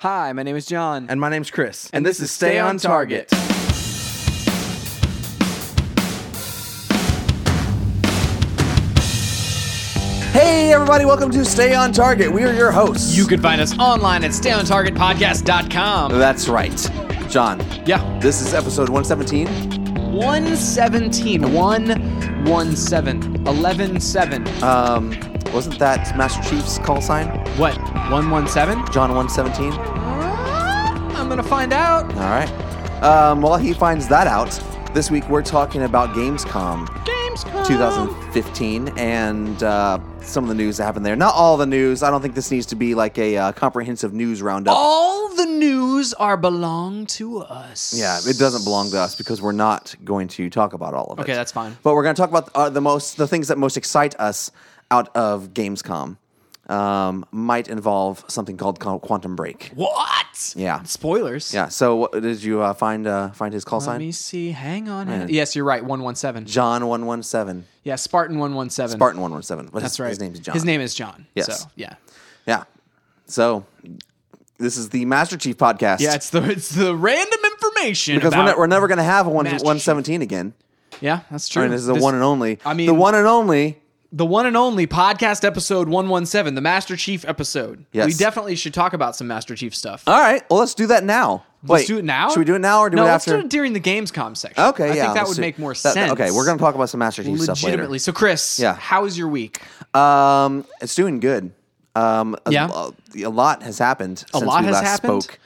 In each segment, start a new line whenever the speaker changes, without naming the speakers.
Hi, my name is John.
And my name's Chris. And, this, is Stay on Target. Hey, everybody, welcome to Stay on Target. We are your hosts.
You can find us online at stayontargetpodcast.com.
That's right. John,
Yeah.
this is episode 117.
117. 117. 11 7.
Um, wasn't that Master Chief's call sign?
What? 117?
John 117? All
Ah, I'm going to find out.
right. Um, while he finds that out, this week we're talking about Gamescom
Gamescom.
2015 and uh, some of the news that happened there. Not all the news. I don't think this needs to be like a uh, comprehensive news roundup.
All the news are belong to us.
Yeah, it doesn't belong to us because we're not going to talk about all of it.
Okay, that's fine.
But we're going to talk about uh, the most the things that most excite us out of Gamescom. Um, might involve something called qu- Quantum Break.
What?
Yeah.
Spoilers.
Yeah. So what, did you uh, find uh, find his call
Let
sign?
me see. Hang on. hang on. Yes, you're right. 117.
John one one seven.
Yeah, Spartan 117.
Barton one one seven.
That's right.
His name is John.
His name is John.
Yes.
So, yeah.
Yeah. So this is the Master Chief podcast.
Yeah, it's the it's the random information.
Because we're,
about-
ne- we're never going to have a one,
Master
117 again.
yeah, that's true.
I mean, this is the one and only.
I mean-
the one and only.
the one and only podcast episode one one seven, the Master Chief episode.
Yes.
we definitely should talk about some Master Chief stuff.
All right. Well, let's do that now.
let's
Wait,
do it now.
Should we do it now or do
no,
it
let's
after?
do it during the Gamescom section.
Okay,
I
yeah.
think that
let's
would
do-
make more
that-
sense.
Okay, we're going to talk about some Master Chief stuff later.
legitimately. So, Chris,
Yeah.
how was your week?
Um, it's doing good. Um, a-
Yeah?
a, a lot has happened.
A
since
lot
we
has
last
happened.
Spoke.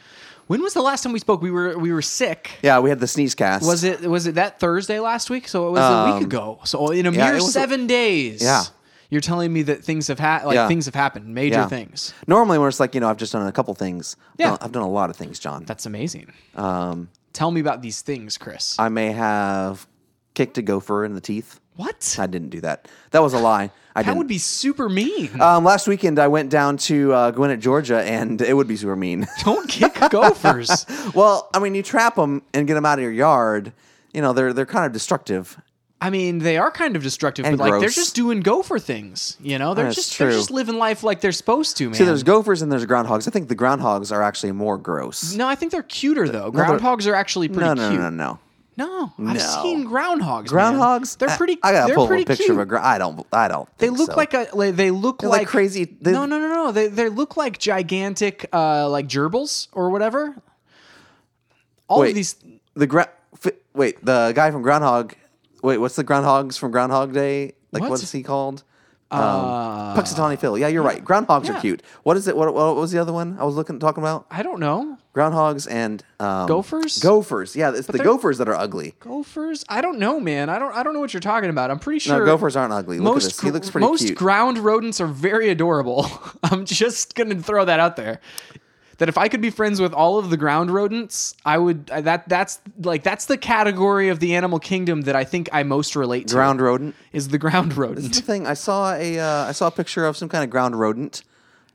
When was the last time we spoke? We were we were sick.
Yeah, we had the sneeze cast.
Was it was it that Thursday last week? So it was a week ago. So in a
Um, yeah, it
mere
was a-
seven days.
Yeah.
You're telling me that things have ha- like
Yeah.
things have happened, major
Yeah.
things.
Normally, when it's like you know, I've just done a couple things.
Yeah.
No, I've done a lot of things, John.
That's amazing. Um, Tell me about these things, Chris.
I may have kicked a gopher in the teeth.
what?
I didn't do that. That was a lie. I
that
didn't.
would be super mean.
um, last weekend, I went down to uh, Gwinnett, Georgia, and it would be super mean.
Don't kick gophers.
well, I mean, you trap them and get them out of your yard. You know, they're they're kind of destructive.
I mean, they are kind of destructive,
And
but like they're
gross.
just doing gopher things. You know, they're
That's
just they're
true.
just living life like they're supposed to, man.
See, there's gophers and there's groundhogs. I think the groundhogs are actually more gross.
no, I think they're cuter though. Groundhogs are actually pretty
No, no,
cute.
no, no, no.
No, I've
No.
seen groundhogs. man.
Groundhogs?
They're
I-
pretty.
I, gotta
they're
pull up
pretty
a picture
cute.
of a ground. I don't. I don't.
They
think
look
so.
like a. Like, they look
like
like,
crazy- they-
no, no, no, no. They they look like gigantic, uh, like gerbils or whatever. All
Wait.
of these.
the ground. Fi- wait, the guy from Groundhog. Wait, what's the groundhogs from Groundhog Day? Like,
What? Uh,
what's he called? Um, Puxatawny Phil. Yeah, you're right. Groundhogs
Yeah.
are cute. What is it? What, what was the other one I was looking talking about?
I don't know
Groundhogs and um,
Gophers?
Gophers. Yeah, it's the
they're-
gophers that are ugly.
gophers. I don't know, man. I don't. I don't know what you're talking about. I'm pretty sure.
No, gophers aren't ugly. Look at
Most
this. He
gr-
looks pretty
most
cute.
ground rodents are very adorable. I'm just gonna throw that out there. That if I could be friends with all of the ground rodents, I would. I- That that's like that's the category of the animal kingdom that I think I most relate to.
ground rodent.
is the ground rodent.
That's the thing. I saw a uh, I saw a picture of some kind of ground rodent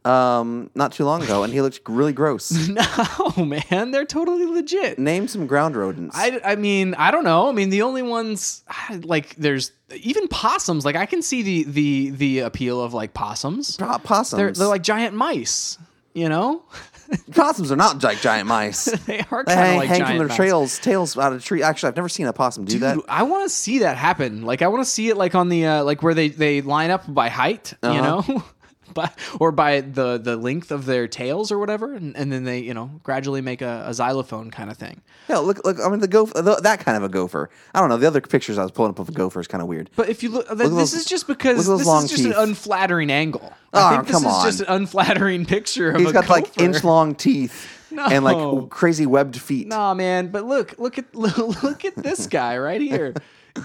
um, not too long ago, and he looked really gross.
no, man, they're totally legit.
Name some ground rodents.
I, I mean, I don't know. I mean, the only ones I- like there's even possums. Like I can see the the the appeal of like possums.
Po- possums.
They're they're like giant mice. You know,
possums are not like giant mice.
they are
They
kind
hang,
of like
hang
giant
from their
mice.
trails, tails out of tree. Actually, I've never seen a possum do that.
Dude, I want to see that happen. Like I want to see it like on the uh, like where they they line up by height, you
Uh-huh.
know, by, or by the the length of their tails or whatever, and, and then they you know gradually make a, a xylophone kind of thing.
Yeah, look, look. I mean, the gopher, the, that kind of a gopher. I don't know. The other pictures I was pulling up of a gopher is kind of weird.
But if you look, th-
at
this
those-
is just
look
because
at those
this is
long
just an
teeth.
unflattering angle. I
Oh,
think this
come
is just an
on.
unflattering picture of
He's
a
got like
gopher.
inch long teeth and like
No.
w- crazy webbed feet.
Nah, man. But look, look at look at this guy right here.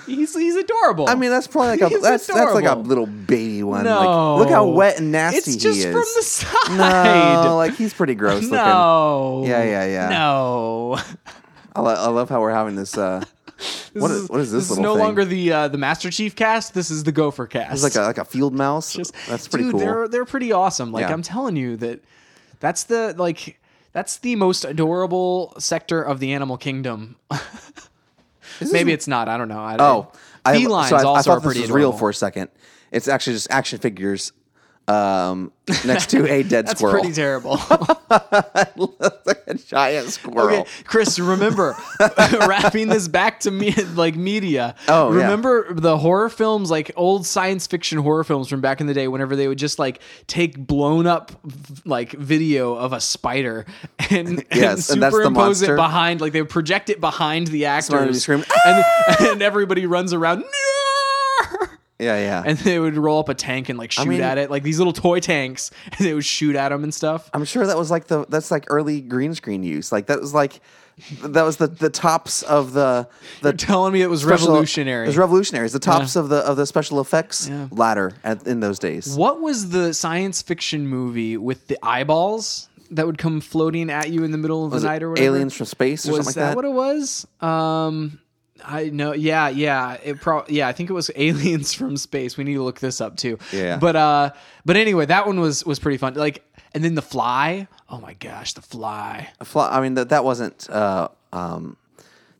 He's he's adorable.
I mean, that's probably like a
He's
that's that's like a
adorable.
little baby one.
No.
Like, look how wet and nasty
It's
he
just
is.
from the side.
No, like he's pretty gross looking.
No.
Yeah, yeah, yeah.
No.
I, lo- I love how we're having this. Uh, what is what is this
This is
little
no
thing?
longer the uh, the Master Chief cast. This is the Gopher cast.
it's like a like a field mouse. That's pretty
Dude,
cool.
They're they're pretty awesome. Like
Yeah.
I'm telling you that that's the like that's the most adorable sector of the animal kingdom. Maybe it's not. I don't know. I,
Oh,
I,
I,
felines
so I, I
also
thought
are pretty
this was
adorable.
real for a second. It's actually just action figures um, next to a dead
That's
squirrel,
pretty terrible.
a giant squirrel.
okay, Chris, remember wrapping this back to me like media.
Oh, yeah.
remember the horror films, like old science fiction horror films from back in the day. Whenever they would just like take blown up like video of a spider and,
Yes,
and
and that's the
superimpose it
monster.
behind, like they would project it behind the
Somebody
actors,
scream, "Ah!"
and, and everybody runs around. "No!"
Yeah, yeah.
And they would roll up a tank and like shoot
mean-
at it, like these little toy tanks, and they would shoot at them and stuff.
I'm sure that was like the that's like early green screen use. Like that was like that was the the tops of the the
Telling me it was
special-
revolutionary.
It was revolutionary. It's the tops of the of the special effects ladder at, in those days.
What was the science fiction movie with the eyeballs that would come floating at you in the middle of the night or whatever?
Aliens from space or
was
something like that.
that, what it was? Um, I know. Yeah, yeah. It pro. Yeah, I think it was aliens from space. We need to look this up too.
Yeah.
But uh, but anyway, that one was was pretty fun. Like, and then the fly. Oh my gosh, the fly.
A fly- I mean that that wasn't uh, um,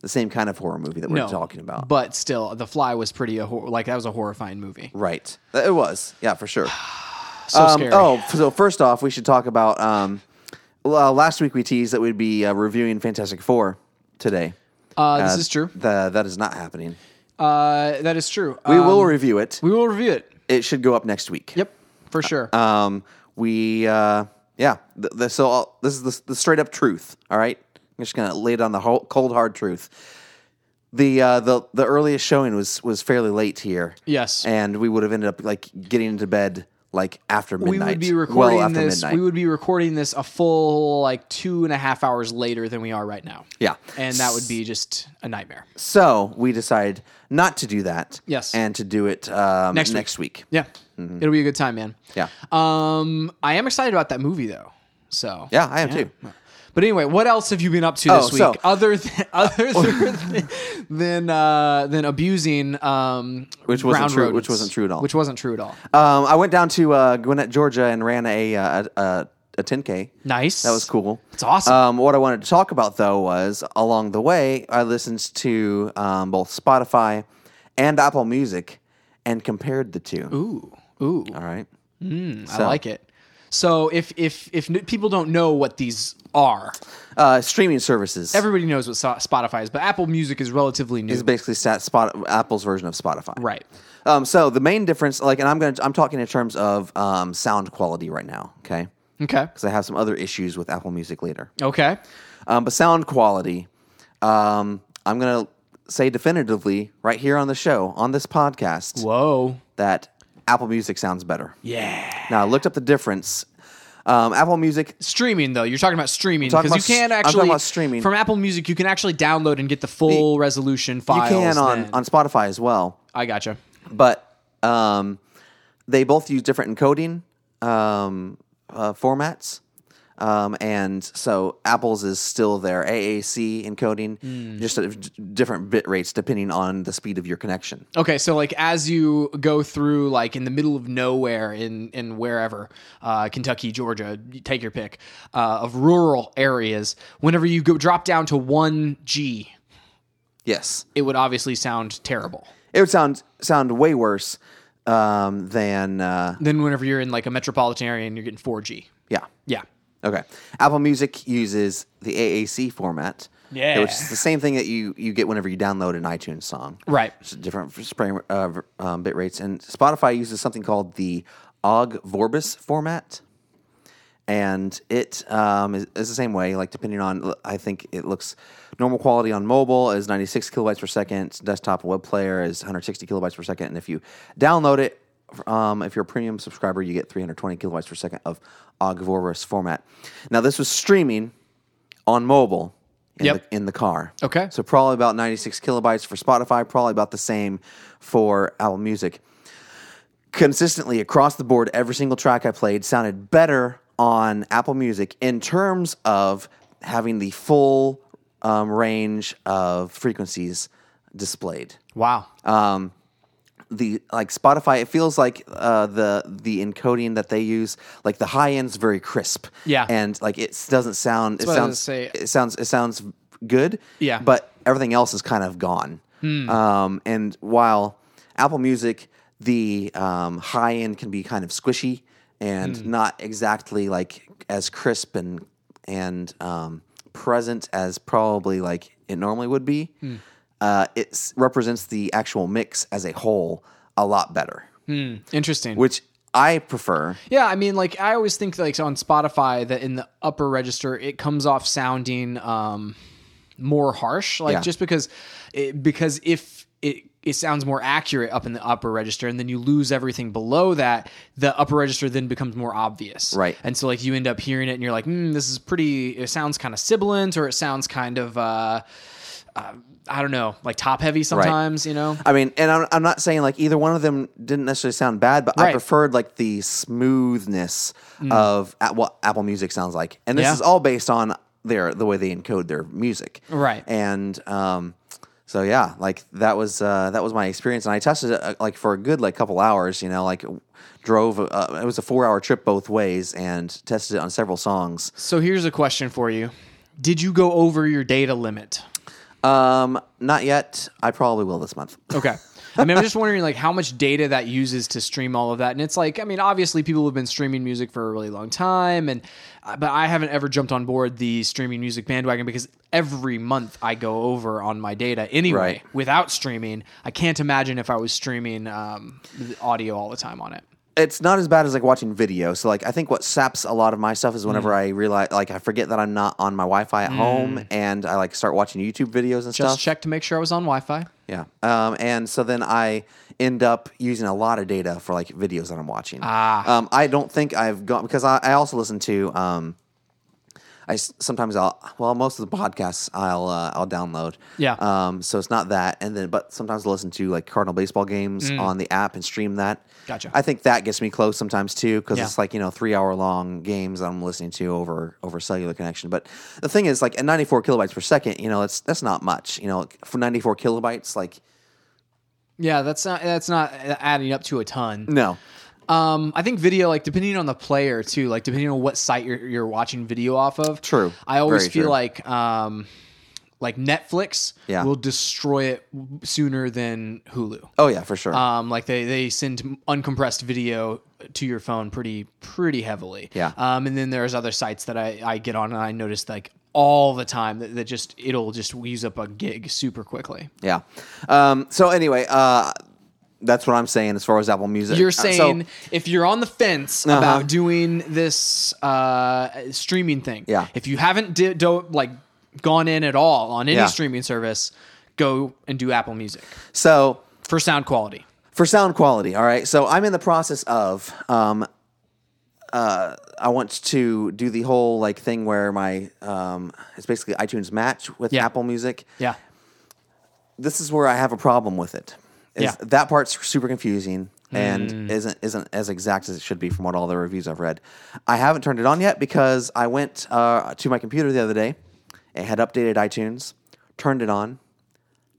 the same kind of horror movie that we're
No,
talking about.
But still, the fly was pretty a hor- like that was a horrifying movie.
Right. That- It was. Yeah, for sure.
So
um,
scary.
Oh, f- so first off, we should talk about um, l- uh, last week we teased that we'd be uh, reviewing Fantastic Four today.
uh, this
Uh,
is true.
tha- that is not happening.
Uh, that is true.
We will review it.
we will review it.
It should go up next week.
Yep, for sure.
Um, we, uh, yeah. Th th- so I'll, this is the, the straight up truth. All right. I'm just gonna lay it on the whole, cold hard truth. The uh, the the earliest showing was was fairly late here.
Yes.
And we would have ended up like getting into bed like after
we
midnight.
would be recording
well after
this.
midnight.
We would be recording this a full like two and a half hours later than we are right now.
Yeah.
and that would be just a nightmare.
So we decided not to do that.
Yes.
And to do it um,
Next
next
week.
week.
Yeah, it'll be a good time, man.
Mm-hmm. Yeah.
Um, I am excited about that movie though. So
Yeah, I am too.
But anyway, what else have you been up to
Oh,
this week
so- Oh.
other than other than than, uh, than abusing um,
Which wasn't
ground
true-
rodents,
which wasn't true at all.
Which wasn't true at all.
Um, I went down to uh, Gwinnett, Georgia, and ran a uh, a, a, a 10k.
Nice.
That was cool.
It's awesome.
Um, what I wanted to talk about though was along the way, I listened to um, both Spotify and Apple Music and compared the two.
Ooh, ooh.
All right.
I like it. So if if if n- people don't know what these are,
Uh, streaming services
everybody knows what so- Spotify is, but Apple Music is relatively new,
is basically stat, spot, Apple's version of Spotify.
right?
Um, so the main difference, like, and I'm gonna I'm talking in terms of um, sound quality right now. Okay.
Okay,
Because I have some other issues with Apple Music later.
okay.
Um, but sound quality, um, I'm going to say definitively right here on the show, on this podcast,
Whoa,
that Apple Music sounds better.
yeah.
Now, I looked up the difference. Um, Apple Music,
Streaming though, you're talking about streaming
talking
because you
about s-
can
I'm talking
actually
about streaming.
from Apple Music. You can actually download and get the full resolution
you
files.
can on,
then.
on Spotify as well,
I gotcha.
but um, they both use different encoding um, uh, formats. Um, and so Apple's is still their AAC encoding, just at d- different bit rates depending on the speed of your connection.
Okay, so like as you go through, like in the middle of nowhere in in wherever, uh, Kentucky, Georgia, you take your pick uh, of rural areas. Whenever you go drop down to one G,
Yes.
it would obviously sound terrible.
It would sound sound way worse um, than uh,
Then whenever you're in like a metropolitan area and you're getting four G,
yeah.
yeah,
Okay. Apple Music uses the AAC format.
Yeah.
Which is the same thing that you, you get whenever you download an iTunes song.
right.
It's different for spray, uh, v- um, bit rates. And Spotify uses something called the Og Vorbis format. And it um, is, is the same way, like depending on, I think it looks normal quality on mobile is 96 kilobytes per second, desktop web player is 160 kilobytes per second. And if you download it, um, if you're a premium subscriber, you get 320 kilobytes per second of Og Vorbis format. Now, this was streaming on mobile in,
Yep.
the, in the car.
Okay.
So probably about 96 kilobytes for Spotify, probably about the same for Apple Music. Consistently across the board, every single track I played sounded better on Apple Music in terms of having the full um, range of frequencies displayed
Wow.
the like Spotify, it feels like uh, the the encoding that they use, like the high end's very crisp.
Yeah.
and like it doesn't sound. it
what I was
sounds.
gonna say.
It sounds. It sounds good.
Yeah.
but everything else is kind of gone. Um, and while Apple Music, the um, high end can be kind of squishy and not exactly like as crisp and and um, present as probably like it normally would be. Uh, it s- represents the actual mix as a whole a lot better,
Hmm, Interesting.
which I prefer.
Yeah, I mean, like I always think, like on Spotify, that in the upper register it comes off sounding um, more harsh, like
Yeah.
just because, it, because if it it sounds more accurate up in the upper register, and then you lose everything below that, the upper register then becomes more obvious,
Right.
And so like you end up hearing it, and you're like, mm, this is pretty. It sounds kind of sibilant, or it sounds kind of. Uh, uh, I don't know, like top heavy sometimes, you know.
I mean, and I'm, I'm not saying like either one of them didn't necessarily sound bad, but
Right. Mm.
I preferred like the smoothness of at what Apple Music sounds like, and this
Yeah.
is all based on their the way they encode their music,
Right.
And um, so yeah, like that was uh, that was my experience, and I tested it uh, like for a good like couple hours, you know, like drove uh, it was a four hour trip both ways, and tested it on several songs.
So here's a question for you: Did you go over your data limit?
Um, not yet. I probably will this month.
Okay. I mean, I'm just wondering like how much data that uses to stream all of that, and it's like, I mean, obviously people have been streaming music for a really long time, and uh, but I haven't ever jumped on board the streaming music bandwagon because every month I go over on my data anyway
Right.
without streaming. I can't imagine if I was streaming um, the audio all the time on it.
it's not as bad as like watching video. So like I think what saps a lot of my stuff is
Mm.
whenever I realize like I forget that I'm not on my Wi-Fi at home and I like start watching YouTube videos and
Just
stuff.
check to make sure I was on Wi-Fi.
yeah. Um, and so then I end up using a lot of data for like videos that I'm watching.
Ah.
Um, I don't think I've gone because I, I also listen to um, I s- sometimes I'll well most of the podcasts I'll uh, I'll download.
Yeah.
Um, so it's not that, and then but sometimes I'll listen to like Cardinal baseball games on the app and stream that.
Mm. Gotcha.
I think that gets me close sometimes too because
Yeah.
it's like you know three hour long games I'm listening to over over cellular connection. But the thing is like at 94 kilobytes per second, you know it's that's not much. You know for 94 kilobytes, like
Yeah, that's not that's not uh, adding up to a ton.
no,
Um, I think video, like depending on the player too, like depending on what site you're, you're watching video off of.
True.
I always
Very
feel
true.
like, um, like Netflix
Yeah.
will destroy it w- sooner than Hulu.
oh yeah for sure.
Um, like they they send uncompressed video to your phone pretty pretty heavily.
Yeah.
Um, and then there's other sites that I I get on and I notice like all the time that, that just it'll just use up a gig super quickly.
Yeah. Um, so anyway, uh, that's what I'm saying as far as Apple Music.
You're
Uh, so- Uh-huh.
saying if you're on the fence about doing this uh, streaming thing,
Yeah.
If you haven't di- do- like gone in at all on any
Yeah.
streaming service, go and do Apple Music
so
for sound quality.
for sound quality. All right. So I'm in the process of. Um, uh, I want to do the whole like thing where my um, it's basically iTunes Match with
Yeah.
Apple Music.
Yeah,
This is where I have a problem with it. Is
Yeah. Mm.
That part's super confusing and isn't isn't as exact as it should be from what all the reviews I've read. I haven't turned it on yet because I went uh, to my computer the other day. It had updated iTunes. Turned it on.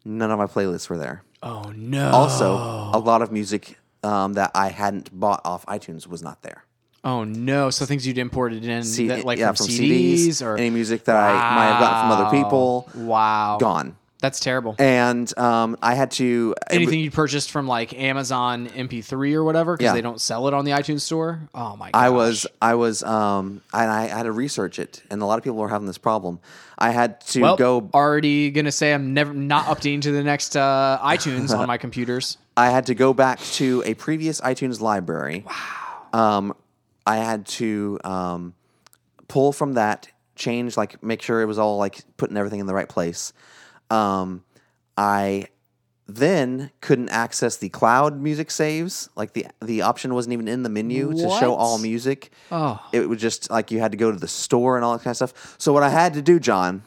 None of my playlists were there.
Oh no.
Also,
Oh.
a lot of music um, that I hadn't bought off iTunes was not there.
oh no. So things you'd imported in
See,
that, like
yeah,
from, CDs, or
any music that I might have gotten from other people,
Wow.
gone.
That's terrible.
And um, I had to
Anything you purchased from like Amazon MP3 or whatever because
Yeah.
they don't sell it on the iTunes store. Oh my! Gosh.
I was, I was, um, and I had to research it, and a lot of people were having this problem. I had to
Well,
go,
Oh, already gonna say I'm never not updating to the next uh, iTunes on my computers.
I had to go back to a previous iTunes library. Wow. Um, I had to um, pull from that, change, like make sure it was all like putting everything in the right place. Um, I then couldn't access the cloud music saves. Like the the option wasn't even in the menu to show
What?
all music.
Oh.
It was just like you had to go to the store and all that kind of stuff. So what I had to do, John,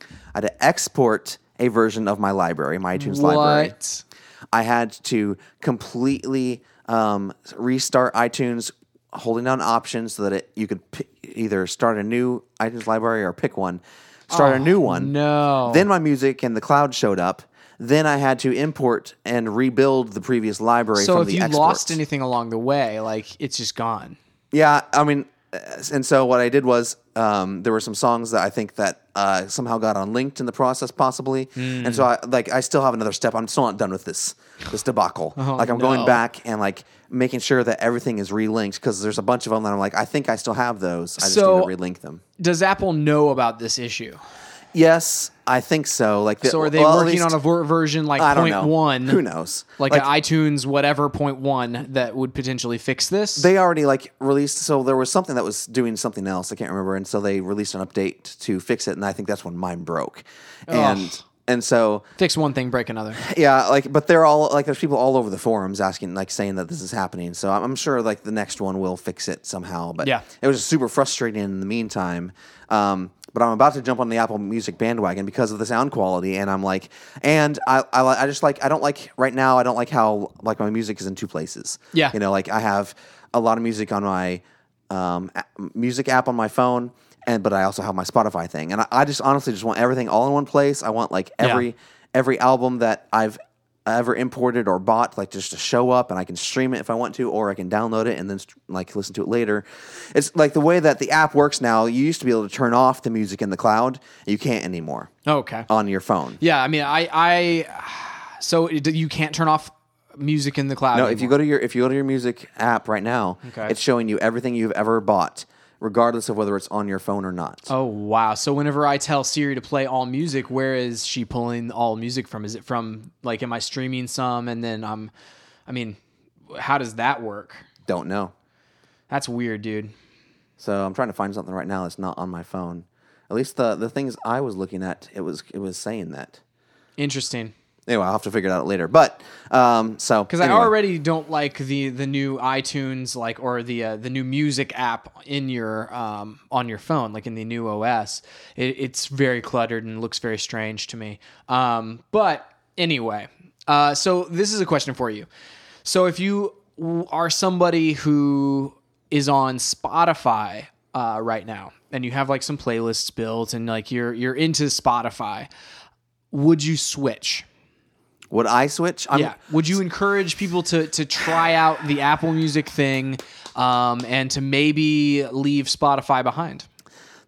I had to export a version of my library, my iTunes library.
What?
I had to completely um, restart iTunes, holding down options so that it, you could p- either start a new iTunes library or pick one, start a new one.
Oh, No.
Then my music and the cloud showed up. Then I had to import and rebuild the previous library
so
from
if
the
you
exports.
lost anything along the way, like it's just gone.
yeah, I mean, and so what I did was um, there were some songs that I think that uh, somehow got unlinked in the process, possibly. And so I like I still have another step. I'm still not done with this this debacle. like I'm going
Oh, no.
back and like making sure that everything is relinked because there's a bunch of them that I'm like I think I still have those. I just
So-
need to relink them.
Does Apple know about this issue?
Yes, I think so. Like the,
So are they
well, at
working
least-
on a ver- version like
I don't
point
know.
one?
Who knows?
Like, an iTunes whatever point one that would potentially fix this?
they already like released so there was something that was doing something else i can't remember and so they released an update to fix it and i think that's when mine broke and and so
fix one thing, break another.
yeah like but they're all like there's people all over the forums asking like saying that this is happening so i'm, I'm sure like the next one will fix it somehow but
Yeah.
it was just super frustrating in the meantime um but I'm about to jump on the Apple Music bandwagon because of the sound quality, and I'm like, and I, I, li- I just like, I don't like right now. I don't like how like my music is in two places.
Yeah.
you know, like I have a lot of music on my um, a- music app on my phone, and but I also have my Spotify thing, and I, I just honestly just want everything all in one place. I want like every every album that I've ever imported or bought, like just to show up, and I can stream it if I want to, or I can download it and then st- like listen to it later. It's like the way that the app works now. You used to be able to turn off the music in the cloud, you can't anymore
Okay.
on your phone.
Yeah, I mean, I, I, so it- you can't turn off music in the cloud.
No, if you go to your if you go to your music app right now,
Okay.
it's showing you everything you've ever bought, regardless of whether it's on your phone or not.
Oh wow! So whenever I tell Siri to play all music, where is she pulling all music from? Is it from like am I streaming some and then I'm, I mean, how does that work?
Don't know.
That's weird, dude.
So I'm trying to find something right now that's not on my phone. At least the the things I was looking at, it was it was saying that.
Interesting.
Anyway, I'll have to figure it out later. But um, so
Because I already don't like the the new iTunes like or the uh, the new music app in your um on your phone like in the new OS. It, it's very cluttered and looks very strange to me. Um, but anyway, uh, so this is a question for you. So if you w- are somebody who is on Spotify uh, right now and you have like some playlists built and like you're you're into Spotify, would you switch?
would I switch? I'm,
Yeah. Would you encourage people to to try out the Apple Music thing, um, and to maybe leave Spotify behind?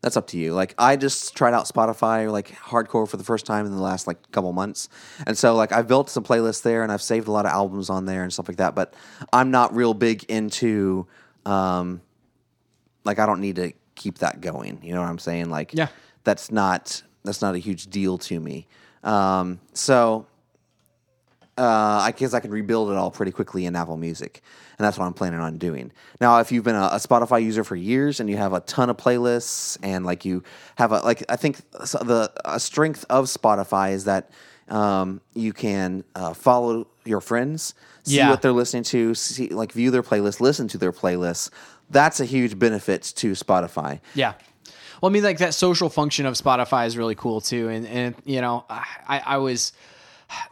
that's up to you. Like I just tried out Spotify like hardcore for the first time in the last like couple months, and so like I've built some playlists there and I've saved a lot of albums on there and stuff like that. But I'm not real big into, um, like I don't need to keep that going. You know what I'm saying? Like
Yeah.
that's not that's not a huge deal to me. Um, so. Uh, I guess I can rebuild it all pretty quickly in Apple Music, and that's what I'm planning on doing. Now, if you've been a, a Spotify user for years and you have a ton of playlists, and like you have a like, I think s- the a strength of Spotify is that um, you can uh, follow your friends, see
Yeah.
what they're listening to, see like view their playlist, listen to their playlists. That's a huge benefit to Spotify.
Yeah. Well, I mean, like that social function of Spotify is really cool too, and and you know, I I was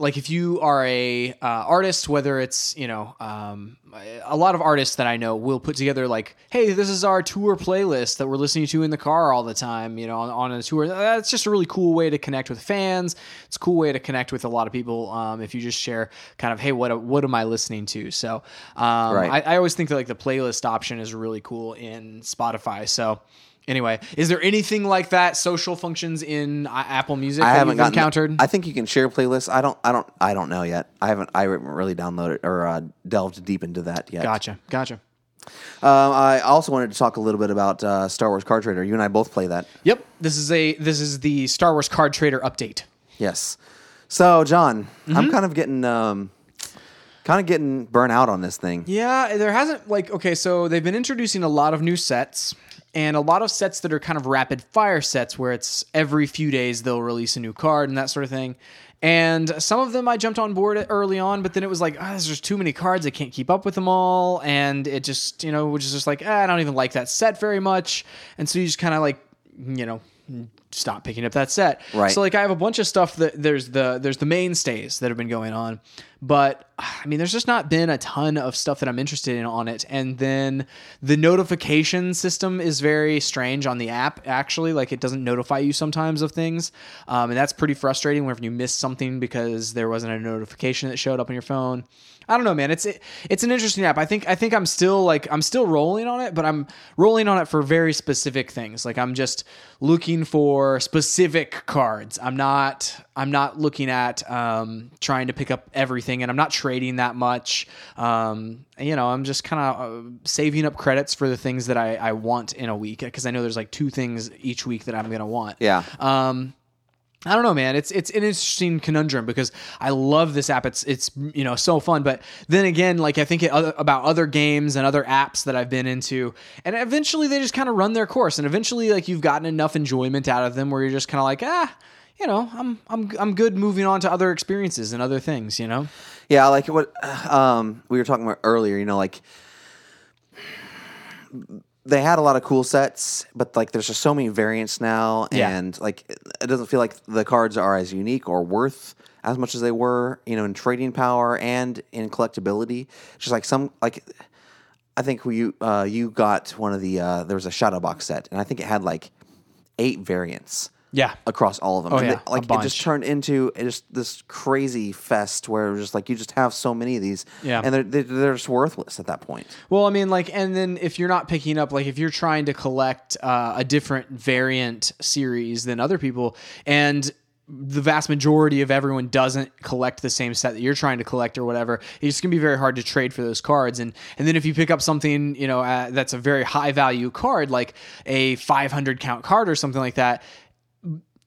like, if you are a uh, artist, whether it's you know, um, a lot of artists that I know will put together like, hey, this is our tour playlist that we're listening to in the car all the time, you know, on, on a tour. Uh, That's just a really cool way to connect with fans. It's a cool way to connect with a lot of people um, if you just share kind of, hey, what what am I listening to? So, um,
Right.
I, I always think that like the playlist option is really cool in Spotify. So anyway, is there anything like that social functions in uh, Apple Music
I
that
haven't
you've
gotten,
encountered?
I think you can share playlists. I don't. I don't. I don't know yet. I haven't. I haven't really downloaded or uh, delved deep into that yet.
gotcha, gotcha.
Um, I also wanted to talk a little bit about uh, Star Wars Card Trader. You and I both play that.
Yep, this is a this is the Star Wars card trader update.
Yes. So, John, I'm kind of getting, um, kind of getting burnt out on this thing.
Yeah, there hasn't like okay, so they've been introducing a lot of new sets and a lot of sets that are kind of rapid fire sets where it's every few days they'll release a new card and that sort of thing. And some of them I jumped on board early on, but then it was like, ah, there's just too many cards. I can't keep up with them all. And it just, you know, which is just like, ah, I don't even like that set very much. And so you just kind of like, you know, stop picking up that set.
Right.
So like I have a bunch of stuff that there's the there's the mainstays that have been going on, But I mean, there's just not been a ton of stuff that I'm interested in on it. And then the notification system is very strange on the app, actually. Like, it doesn't notify you sometimes of things. Um, and that's pretty frustrating whenever you miss something because there wasn't a notification that showed up on your phone. I don't know, man. It's it, it's an interesting app. I think I think I'm still like I'm still rolling on it, but I'm rolling on it for very specific things. Like I'm just looking for specific cards. I'm not I'm not looking at um, trying to pick up everything, and I'm not trading that much. Um, you know, I'm just kind of uh, saving up credits for the things that I, I want in a week because I know there's like two things each week that I'm gonna want.
Yeah.
Um, I don't know, man. It's it's an interesting conundrum because I love this app. It's it's you know so fun, but then again, like I think it other, about other games and other apps that I've been into, and eventually they just kind of run their course, and eventually like you've gotten enough enjoyment out of them where you're just kind of like ah, you know, I'm I'm I'm good moving on to other experiences and other things, you know.
Yeah, like what um, we were talking about earlier, you know, like they had a lot of cool sets, but like there's just so many variants now,
Yeah.
and like it it doesn't feel like the cards are as unique or worth as much as they were, you know, in trading power and in collectability. It's just like some like I think you uh, you got one of the uh, there was a shadow box set, and I think it had like eight variants
Yeah,
across all of them.
Oh,
And
yeah,
they-
a
like it just
bunch.
turned into it just this crazy fest where it was just like you just have so many of these,
Yeah.
and they're they're, they're just worthless at that point.
Well, I mean, like, and then if you're not picking up, like, if you're trying to collect uh, a different variant series than other people, and the vast majority of everyone doesn't collect the same set that you're trying to collect or whatever, it's going to be very hard to trade for those cards. And and then if you pick up something, you know, uh, that's a very high value card, like a 500 count card or something like that,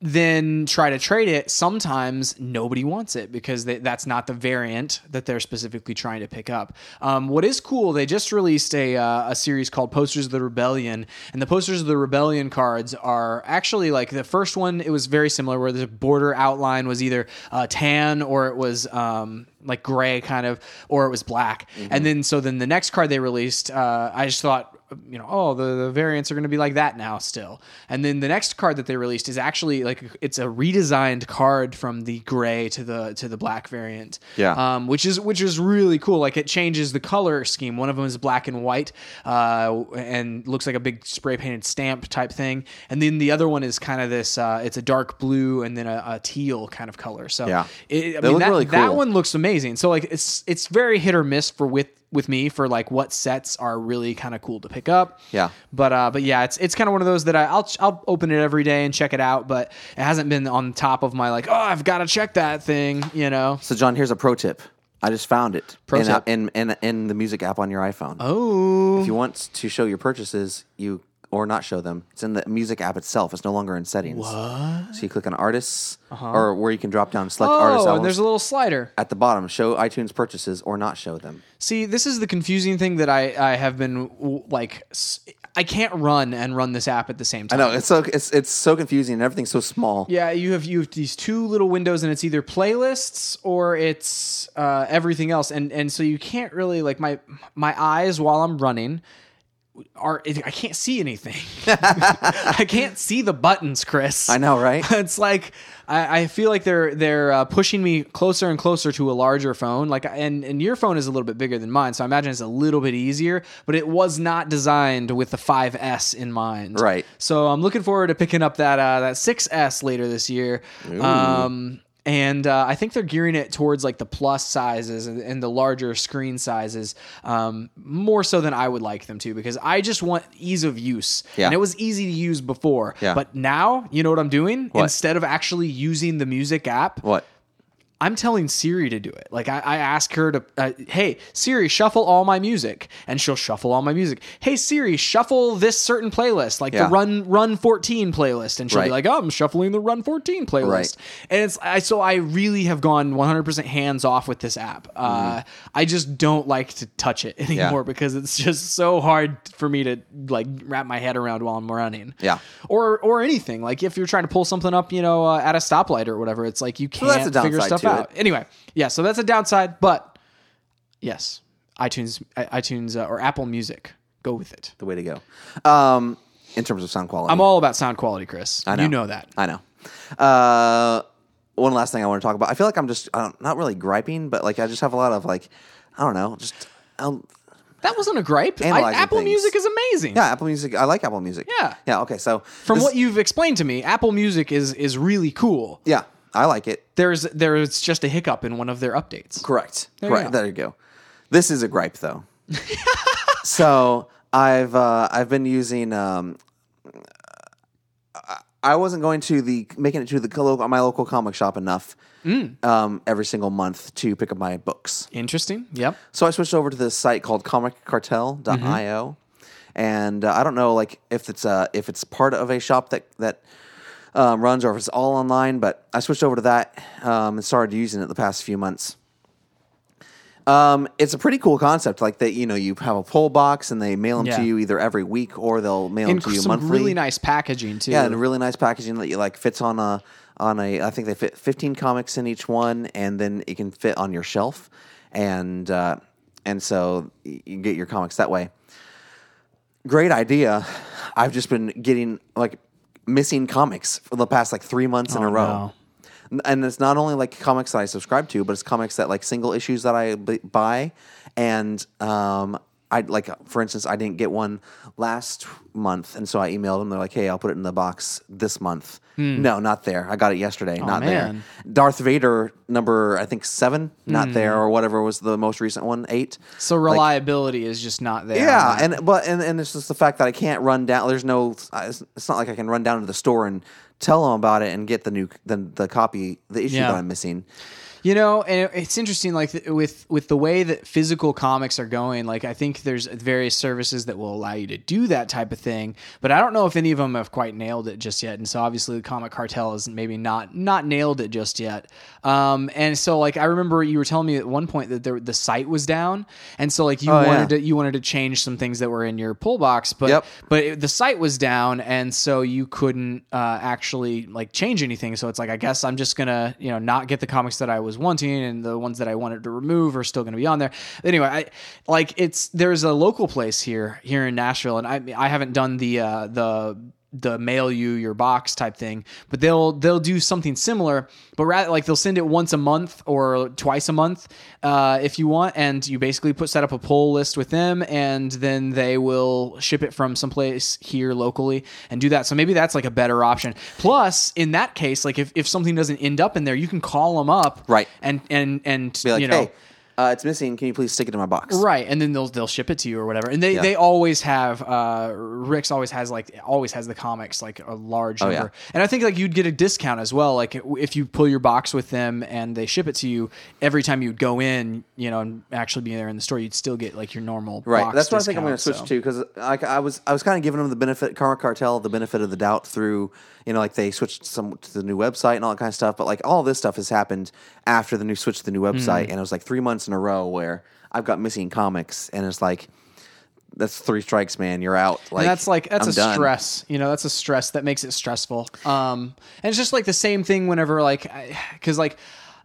then try to trade it, sometimes nobody wants it because they, that's not the variant that they're specifically trying to pick up. Um, what is cool, they just released a, uh, a series called Posters of the Rebellion, and the Posters of the Rebellion cards are actually like the first one, it was very similar where the border outline was either uh, tan or it was. Um, like gray kind of or it was black and then so then the next card they released uh, i just thought you know, oh, the, the variants are going to be like that now still. And then the next card that they released is actually like it's a redesigned card from the gray to the to the black variant.
Yeah.
Um, which is which is really cool. Like it changes the color scheme. One of them is black and white, uh, and looks like a big spray painted stamp type thing. And then the other one is kind of this. Uh, it's a dark blue and then a, a teal kind of color. So
Yeah.
it, I
They
mean,
look
that,
really
that
cool.
one looks amazing. So like it's it's very hit or miss for with with me for like what sets are really kind of cool to pick up.
Yeah.
But uh, but yeah, it's it's kind of one of those that I, I'll I'll open it every day and check it out, but it hasn't been on top of my like oh I've got to check that thing, you know.
So John, here's a pro tip. I just found it
Pro
in,
tip.
in in in the music app on your iPhone.
Oh,
If you want to show your purchases, you or not show them. It's in the music app itself. It's no longer in settings. So you click on artists or where you can drop down select artists
Uh-huh. oh,
albums
and there's a little slider.
at the bottom. Show iTunes purchases or not show them.
See, this is the confusing thing that I I have been w- like s- I can't run and run this app at the same time.
No, it's so it's it's so confusing and everything's so small.
Yeah, you have you have these two little windows, and it's either playlists or it's uh, everything else, and and so you can't really like my my eyes while I'm running are I can't see anything. I can't see the buttons, Chris.
I know, right?
it's like I, I feel like they're they're uh, pushing me closer and closer to a larger phone. Like and and your phone is a little bit bigger than mine, so I imagine it's a little bit easier. But it was not designed with the 5S in mind,
Right.
So I'm looking forward to picking up that uh, that 6S later this year. Um, and uh, I think they're gearing it towards like the plus sizes and, and the larger screen sizes, um, more so than I would like them to, because I just want ease of use.
Yeah.
And it was easy to use before,
Yeah.
but now, you know what I'm doing? Instead of actually using the music app,
What?
I'm telling Siri to do it. Like I, I ask her to, uh, hey Siri, shuffle all my music, and she'll shuffle all my music. Hey Siri, shuffle this certain playlist, like
Yeah.
the Run Run 14 playlist, and she'll be
Right.
like, oh, I'm shuffling the Run 14 playlist.
Right.
And it's I, so I really have gone 100% hands off with this app. Uh,
Mm-hmm.
I just don't like to touch it anymore because it's just so hard for me to like wrap my head around while I'm running.
Yeah.
Or or anything like if you're trying to pull something up, you know, uh, at a stoplight or whatever, it's like you can't
that's a
figure
downside
stuff
to it.
out anyway, yeah, so that's a downside, but yes, iTunes, i- iTunes, uh, or Apple Music, go with it.
The way to go. Um, in terms of sound quality,
I'm all about sound quality, Chris.
I know.
You know that.
I know. Uh, one last thing I want to talk about. I feel like I'm just I don't, not really griping, but like I just have a lot of like I don't know, just um,
That wasn't a gripe. I,
Analyzing
Apple
things.
Music is amazing.
yeah, Apple Music. I like Apple Music.
Yeah.
yeah. Okay, so
From
this-
what you've explained to me, Apple Music is is really cool.
yeah, I like it.
There's there's just a hiccup in one of their updates.
Correct.
you
Correct.
go.
there you go. This is a gripe though. so I've uh, I've been using. Um, I- I wasn't going to the making it to the co- my local comic shop enough
Mm.
um, every single month to pick up my books.
Interesting. Yep.
So I switched over to this site called ComicCartel.io,
Mm-hmm.
and uh, I don't know like if it's uh, if it's part of a shop that that um, runs or if it's all online, but I switched over to that um, and started using it the past few months. Um, it's a pretty cool concept, like that. You know, you have a pull box, and they mail them
Yeah.
to you either every week or they'll mail
And
them to you
some
monthly.
really nice packaging too.
Yeah, and a really nice packaging that you like fits on a on a. I think they fit fifteen comics in each one, and then it can fit on your shelf, and uh, and so y- you get your comics that way. Great idea. I've just been getting like missing comics for the past like three months in a row.
Oh, no.
N- And it's not only like comics that I subscribe to, but it's comics that like single issues that I b- buy. And um, I like, for instance, I didn't get one last month, and so I emailed them. They're like, "Hey, I'll put it in the box this month." No, not there. I got it yesterday. not
Hmm. Oh, man. Hmm.
there. Darth Vader number, I think seven, not there, or whatever was the most recent one, eight.
So reliability is just not there.
Yeah,
on that.
and but and, and it's just the fact that I can't run down. There's no. I- It's it's not like I can run down to the store and tell them about it and get the new the, the copy the issue
Yeah.
that I'm missing.
you know, and it- it's interesting. Like th- with with the way that physical comics are going, like I think there's various services that will allow you to do that type of thing. But I don't know if any of them have quite nailed it just yet. And so obviously, the Comic Cartel is maybe not not nailed it just yet. Um, and so like I remember you were telling me at one point that there, the site was down, and so like you
yeah.
wanted to you wanted to change some things that were in your pull box, but
Yep.
but it, the site was down and so you couldn't uh, actually like change anything so it's like i guess i'm just gonna you know not get the comics that i was wanting and the ones that i wanted to remove are still gonna be on there anyway i like it's there's a local place here here in nashville and i i haven't done the uh the the mail you your box type thing but they'll they'll do something similar but rather like they'll send it once a month or twice a month uh, if you want and you basically put set up a pull list with them and then they will ship it from someplace here locally and do that so maybe that's like a better option plus in that case like if, if something doesn't end up in there you can call them up
Right.
and and and
Be like,
you know
hey, uh, it's missing. Can you please stick it in my box?
Right, and then they'll they'll ship it to you or whatever. And they, they always have uh Rick's always has like always has the comics like a large
Oh,
number. And I think like you'd get a discount as well like if you pull your box with them and they ship it to you every time you'd go in, you know, and actually be there in the store, you'd still get like your normal
Right.
box
That's what I think I'm going to switch
discount, so.
to because like I was I was kind of giving them the benefit Karma Cartel the benefit of the doubt through you know like they switched some to the new website and all that kind of stuff. But like all this stuff has happened after the new switch to the new
Mm.
website, and it was like three months in a row where I've got missing comics, and it's like that's three strikes, man. You're out. Like
And that's like that's
I'm
a
done.
stress you know that's a stress that makes it stressful um and it's just like the same thing whenever like because like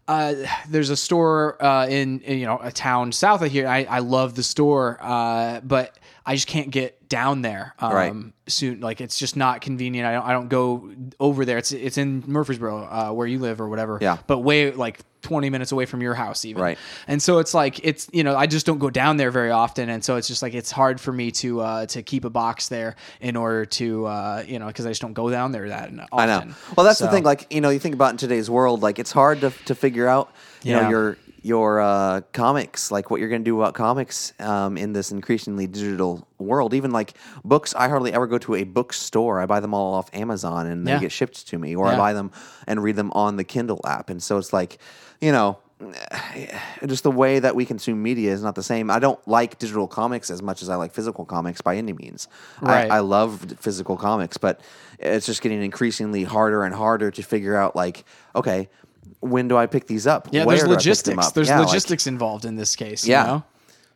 uh, there's a store uh, in, in, you know a town south of here. I, I love the store, uh, but I just can't get down there um,
Right.
soon. Like it's just not convenient. I don't I don't go over there. It's it's in Murfreesboro uh, where you live or whatever.
Yeah.
but way like 20 minutes away from your house even.
Right.
And so it's like it's you know I just don't go down there very often, and so it's just like it's hard for me to uh, to keep a box there in order to uh, you know because I just don't go down there that often.
I know. Well, that's the
So-
thing. Like you know, you think about in today's world, like it's hard to to figure out you know
Yeah.
your your uh, comics, like what you're going to do about comics um, in this increasingly digital world. Even like books, I hardly ever go to a bookstore. I buy them all off Amazon and
Yeah.
they get shipped to me, or I
Yeah.
buy them and read them on the Kindle app. And so it's like, you know. Just the way that we consume media is not the same. I don't like digital comics as much as I like physical comics by any means.
Right.
I, I love physical comics, but it's just getting increasingly harder and harder to figure out like, okay, when do I pick these up?
yeah,
Where
there's
do I pick them
logistics.
up?
There's
Yeah, like-
logistics involved in this case.
yeah.
You know?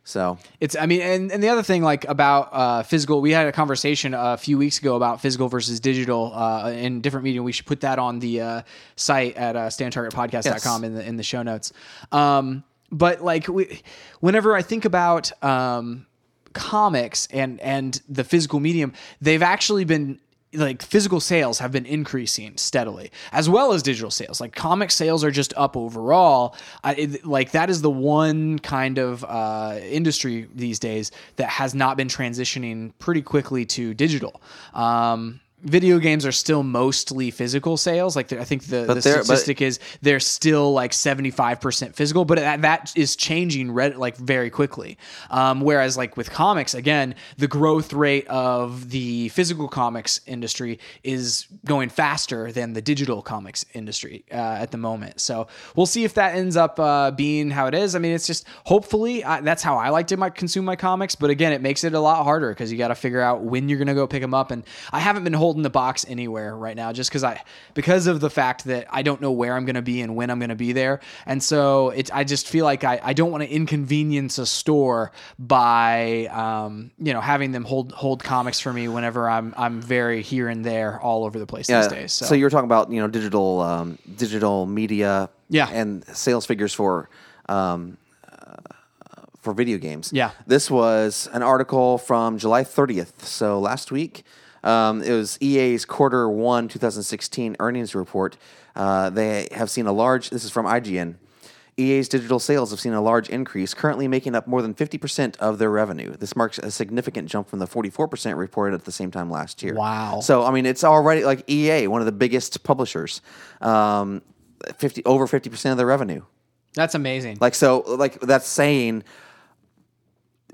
So
It's I mean, and, and the other thing like about uh, physical, we had a conversation a few weeks ago about physical versus digital uh, in different media. We should put that on the uh, site at uh, standtargetpodcast.com
Yes.
in the in the show notes. Um, but like we, whenever I think about um, comics and and the physical medium, they've actually been like physical sales have been increasing steadily as well as digital sales like comic sales are just up overall I, it, like that is the one kind of uh, industry these days that has not been transitioning pretty quickly to digital um, video games are still mostly physical sales like i think the, the
they're- but-
statistic is they're still like 75% physical but that, that is changing red, like very quickly um, whereas like with comics again the growth rate of the physical comics industry is going faster than the digital comics industry uh, at the moment so we'll see if that ends up uh, being how it is i mean it's just hopefully I, that's how i like to my, consume my comics but again it makes it a lot harder because you got to figure out when you're going to go pick them up and i haven't been holding the box anywhere right now just because i because of the fact that i don't know where i'm going to be and when i'm going to be there and so it i just feel like i, I don't want to inconvenience a store by um, you know having them hold hold comics for me whenever i'm i'm very here and there all over the place these days so,
you were talking about you know digital um, digital media
Yeah.
and sales figures for um, uh, for video games.
Yeah.
This was an article from July 30th, so last week. Um, it was EA's quarter one 2016 earnings report. Uh, they have seen a large. This is from IGN. EA's E digital sales have seen a large increase, currently making up more than 50% of their revenue. This marks a significant jump from the 44% reported at the same time last year.
Wow.
So so I mean, it's already like EA, one of the biggest publishers, um, fifty over fifty percent of their revenue.
that's amazing
Like so, like that's saying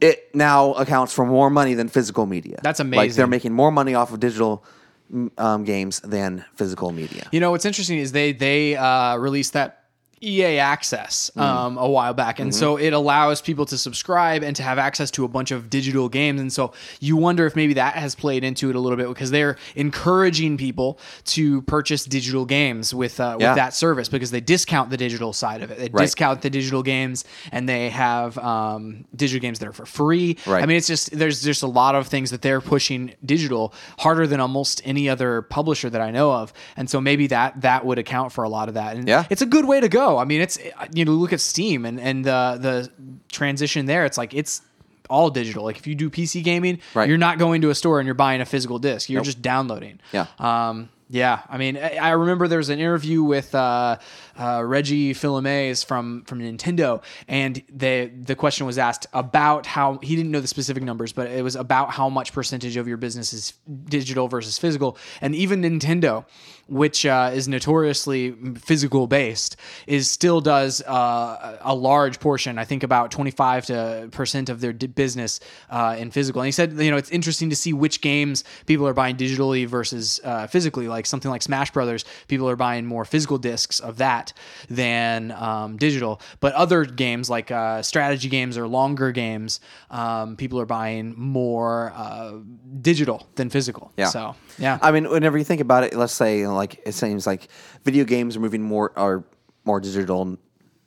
it now accounts for more money than physical media.
That's
Like they're
amazing.
making more money off of digital mm, um, games than physical media.
You know what's interesting is they they uh, released that EA Access
Mm.
um, a while back,
Mm-hmm.
and so it allows people to subscribe and to have access to a bunch of digital games. And so you wonder if maybe that has played into it a little bit because they're encouraging people to purchase digital games with uh, with
Yeah.
that service because they discount the digital side of it. They
Right.
discount the digital games, and they have um, digital games that are for free.
Right.
I mean, it's just there's just a lot of things that they're pushing digital harder than almost any other publisher that I know of, and so maybe that that would account for a lot of that. And
Yeah.
it's a good way to go. I mean, it's you know look at Steam and and the the transition there. It's like it's all digital. Like if you do PC gaming,
Right.
you're not going to a store and you're buying a physical disc. You're just downloading.
Yeah.
Um, yeah, I mean, I, I remember there was an interview with uh, uh, Reggie Fils-Aimé from from Nintendo, and the the question was asked about how he didn't know the specific numbers, but it was about how much percentage of your business is digital versus physical, and even Nintendo, which uh, is notoriously physical based, is still does uh, a large portion. I think about twenty five to percent of their d- business uh, in physical. And he said, you know, it's interesting to see which games people are buying digitally versus uh, physically. Like something like Smash Brothers, people are buying more physical discs of that than um, digital. But other games like uh, strategy games or longer games, um, people are buying more uh, digital than physical.
Yeah.
So yeah,
I mean, whenever you think about it, let's say like it seems like video games are moving more are more digital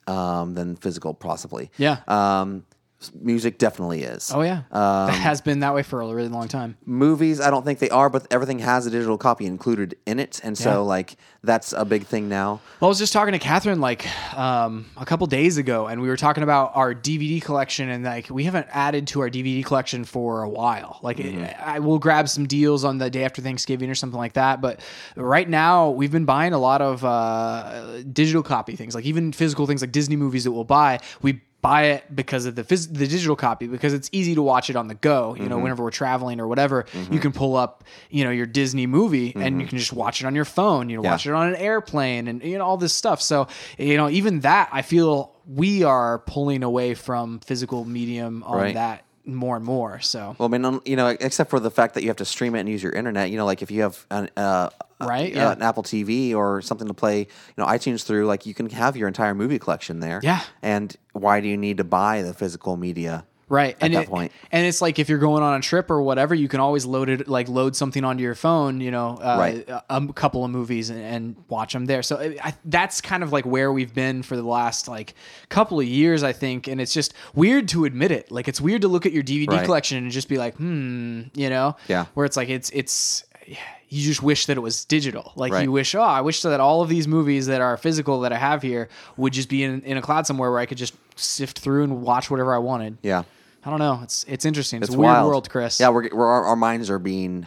um, than physical, possibly.
Yeah.
Um, s- music definitely is.
oh yeah, that has been that way for a really long time.
movies i don't think they are but everything has a digital copy included in it and so
Yeah.
like that's a big thing now
Well, I was just talking to Catherine like um, a couple days ago, and we were talking about our DVD collection, and like we haven't added to our DVD collection for a while. Like, I, I will grab some deals on the day after Thanksgiving or something like that. But right now, we've been buying a lot of uh, digital copy things, like even physical things, like Disney movies that we'll buy. We buy it because of the phys- the digital copy because it's easy to watch it on the go. You know, whenever we're traveling or whatever, you can pull up you know your Disney movie and you can just watch it on your phone. You know, watch it on an airplane and you know all this stuff. So you know, even that I feel we are pulling away from physical medium on
Right.
that more and more. So
well i mean um, you know except for the fact that you have to stream it and use your internet you know like if you have an uh,
Right,
uh,
yeah.
an apple tv or something to play you know itunes through like you can have your entire movie collection there
Yeah.
and why do you need to buy the physical media
Right. and
that
it-
point.
And it's like if you're going on a trip or whatever, you can always load it, like load something onto your phone, you know, uh,
Right.
a, a couple of movies and, and watch them there. So I, I, that's kind of like where we've been for the last like couple of years, I think. And it's just weird to admit it. Like it's weird to look at your DVD
Right.
collection and just be like, hmm, you know,
Yeah.
where it's like, it's, it's, you just wish that it was digital. Like
Right.
you wish, oh, I wish that all of these movies that are physical that I have here would just be in, in a cloud somewhere where I could just sift through and watch whatever I wanted.
yeah
I don't know. It's it's interesting. It's,
it's
a weird
wild.
world, Chris.
yeah we're, we're our, our minds are being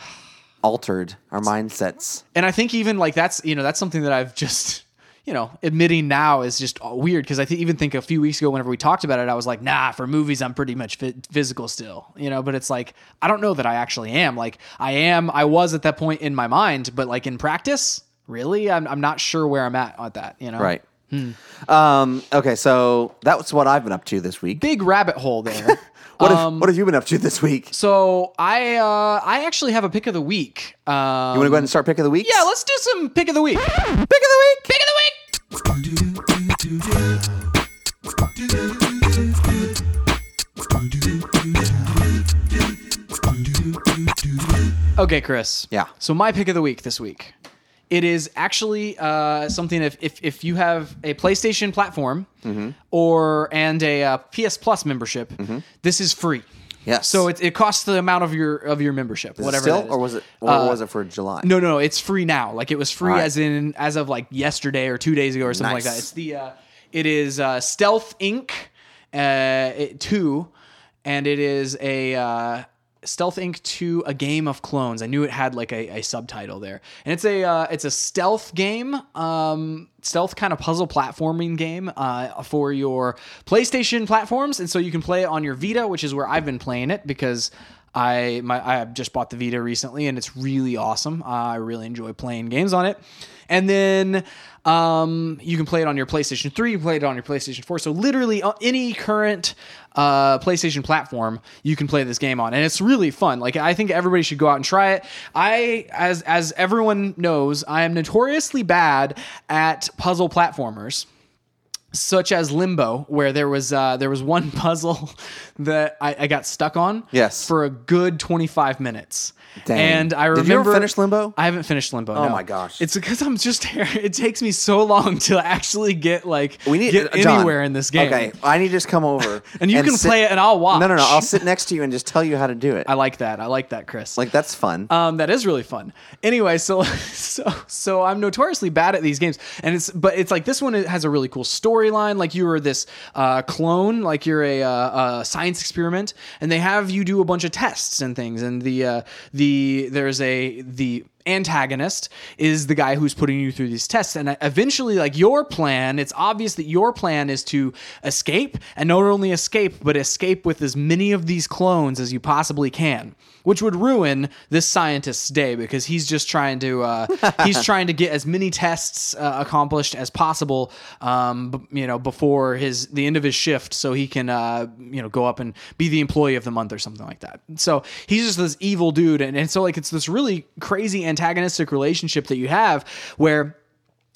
altered our mindsets.
and I think even like that's you know that's something that I've just you know admitting now is just weird because I th- even think a few weeks ago whenever we talked about it I was like nah for movies I'm pretty much fi- physical still you know but it's like I don't know that I actually am like I am I was at that point in my mind but like in practice really I'm I'm not sure where I'm at at that you know
Right.
Hmm.
Um, okay, so that's what I've been up to this week.
big rabbit hole there
What,
Um,
have, what have you been up to this week?
so I uh I actually have a pick of the week um,
You want to go ahead and start pick of the week?
yeah let's do some pick of the week pick
pick of the week.
of the week Okay, Chris.
Yeah.
So my pick of the week this week, it is actually uh, something. If, if if you have a PlayStation platform
Mm-hmm.
or and a uh, PS Plus membership, this is free.
Yes.
So it, it costs the amount of your of your membership,
Is it
whatever.
still,
that is. Uh,
or was it? Or was it for July?
No, no, no. It's free now. Like it was free
All right.
as in as of like yesterday or two days ago or something like
Nice.
that. It's the uh, it is uh, Stealth Inc. Uh, it, two, and it is a uh, Stealth Inc. two, a game of clones. I knew it had like a, a subtitle there, and it's a uh, it's a stealth game, um, stealth kind of puzzle platforming game uh, for your PlayStation platforms, and so you can play it on your Vita, which is where I've been playing it because. I my I just bought the Vita recently and it's really awesome. Uh, I really enjoy playing games on it. And then um, you can play it on your PlayStation 3, you can play it on your PlayStation 4. So literally uh, any current uh, PlayStation platform you can play this game on, and it's really fun. Like I think everybody should go out and try it. I as as everyone knows, I am notoriously bad at puzzle platformers such as Limbo, where there was uh, there was one puzzle that I, I got stuck on.
Yes.
for a good twenty five minutes.
Dang.
And I
Did you ever
remember
finish Limbo?
I haven't finished Limbo. Oh
my gosh.
It's because I'm just it takes me so long to actually get like
We need
get
uh, John,
anywhere in this game.
Okay, I need to just come over
And you can play it and I'll watch.
No, no, no. I'll sit next to you and just tell you how to do it.
I like that. I like that, Chris.
like that's fun.
Um, that is really fun. Anyway, so so so I'm notoriously bad at these games, and it's but it's like this one has a really cool storyline. Like you are this uh, clone, like you're a, uh, uh science experiment, and they have you do a bunch of tests and things. And the uh, the there's a the antagonist is the guy who's putting you through these tests and eventually like your plan it's obvious that your plan is to escape and not only escape but escape with as many of these clones as you possibly can which would ruin this scientist's day because he's just trying to uh, he's trying to get as many tests uh, accomplished as possible um, b- you know before his the end of his shift so he can uh, you know go up and be the employee of the month or something like that so he's just this evil dude and, and so like it's this really crazy antagonistic relationship that you have where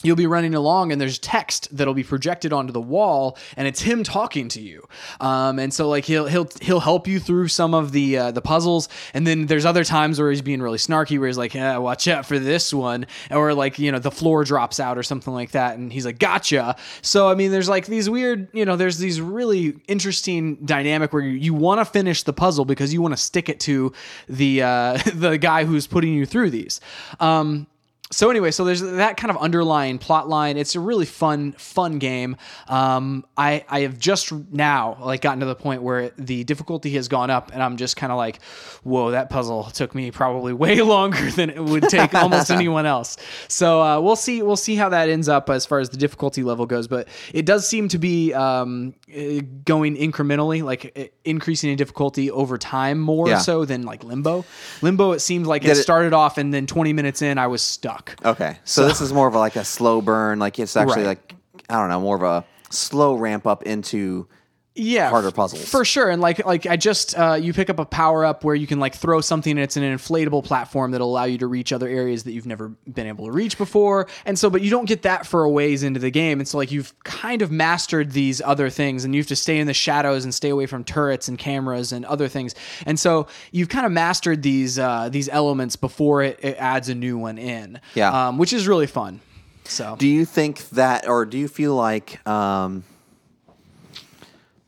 you'll be running along and there's text that'll be projected onto the wall and it's him talking to you um, and so like he'll he'll he'll help you through some of the uh, the puzzles and then there's other times where he's being really snarky where he's like eh, watch out for this one or like you know the floor drops out or something like that and he's like gotcha so i mean there's like these weird you know there's these really interesting dynamic where you, you want to finish the puzzle because you want to stick it to the uh, the guy who's putting you through these um, so anyway, so there's that kind of underlying plot line. It's a really fun, fun game. Um, I I have just now like gotten to the point where the difficulty has gone up, and I'm just kind of like, whoa, that puzzle took me probably way longer than it would take almost anyone else. So uh, we'll see we'll see how that ends up as far as the difficulty level goes, but it does seem to be um, eh, going incrementally, like eh, increasing in difficulty over time more
Yeah.
so than like Limbo. Limbo it seemed like it,
Did it- Oh,
started off, and then 20 minutes in, I was stuck.
okay, so, this is more of a, like a slow burn. Like it's actually
Right.
like I don't know, more of a slow ramp up into.
yeah
harder
f-
puzzles.
for sure and like like i just uh, you pick up a power up where you can like throw something and it's an inflatable platform that'll allow you to reach other areas that you've never been able to reach before and so but you don't get that for a ways into the game and so like you've kind of mastered these other things and you have to stay in the shadows and stay away from turrets and cameras and other things and so you've kind of mastered these uh, these elements before it, it adds a new one in
Yeah.
um, which is really fun so
Do you think that, or do you feel like, um,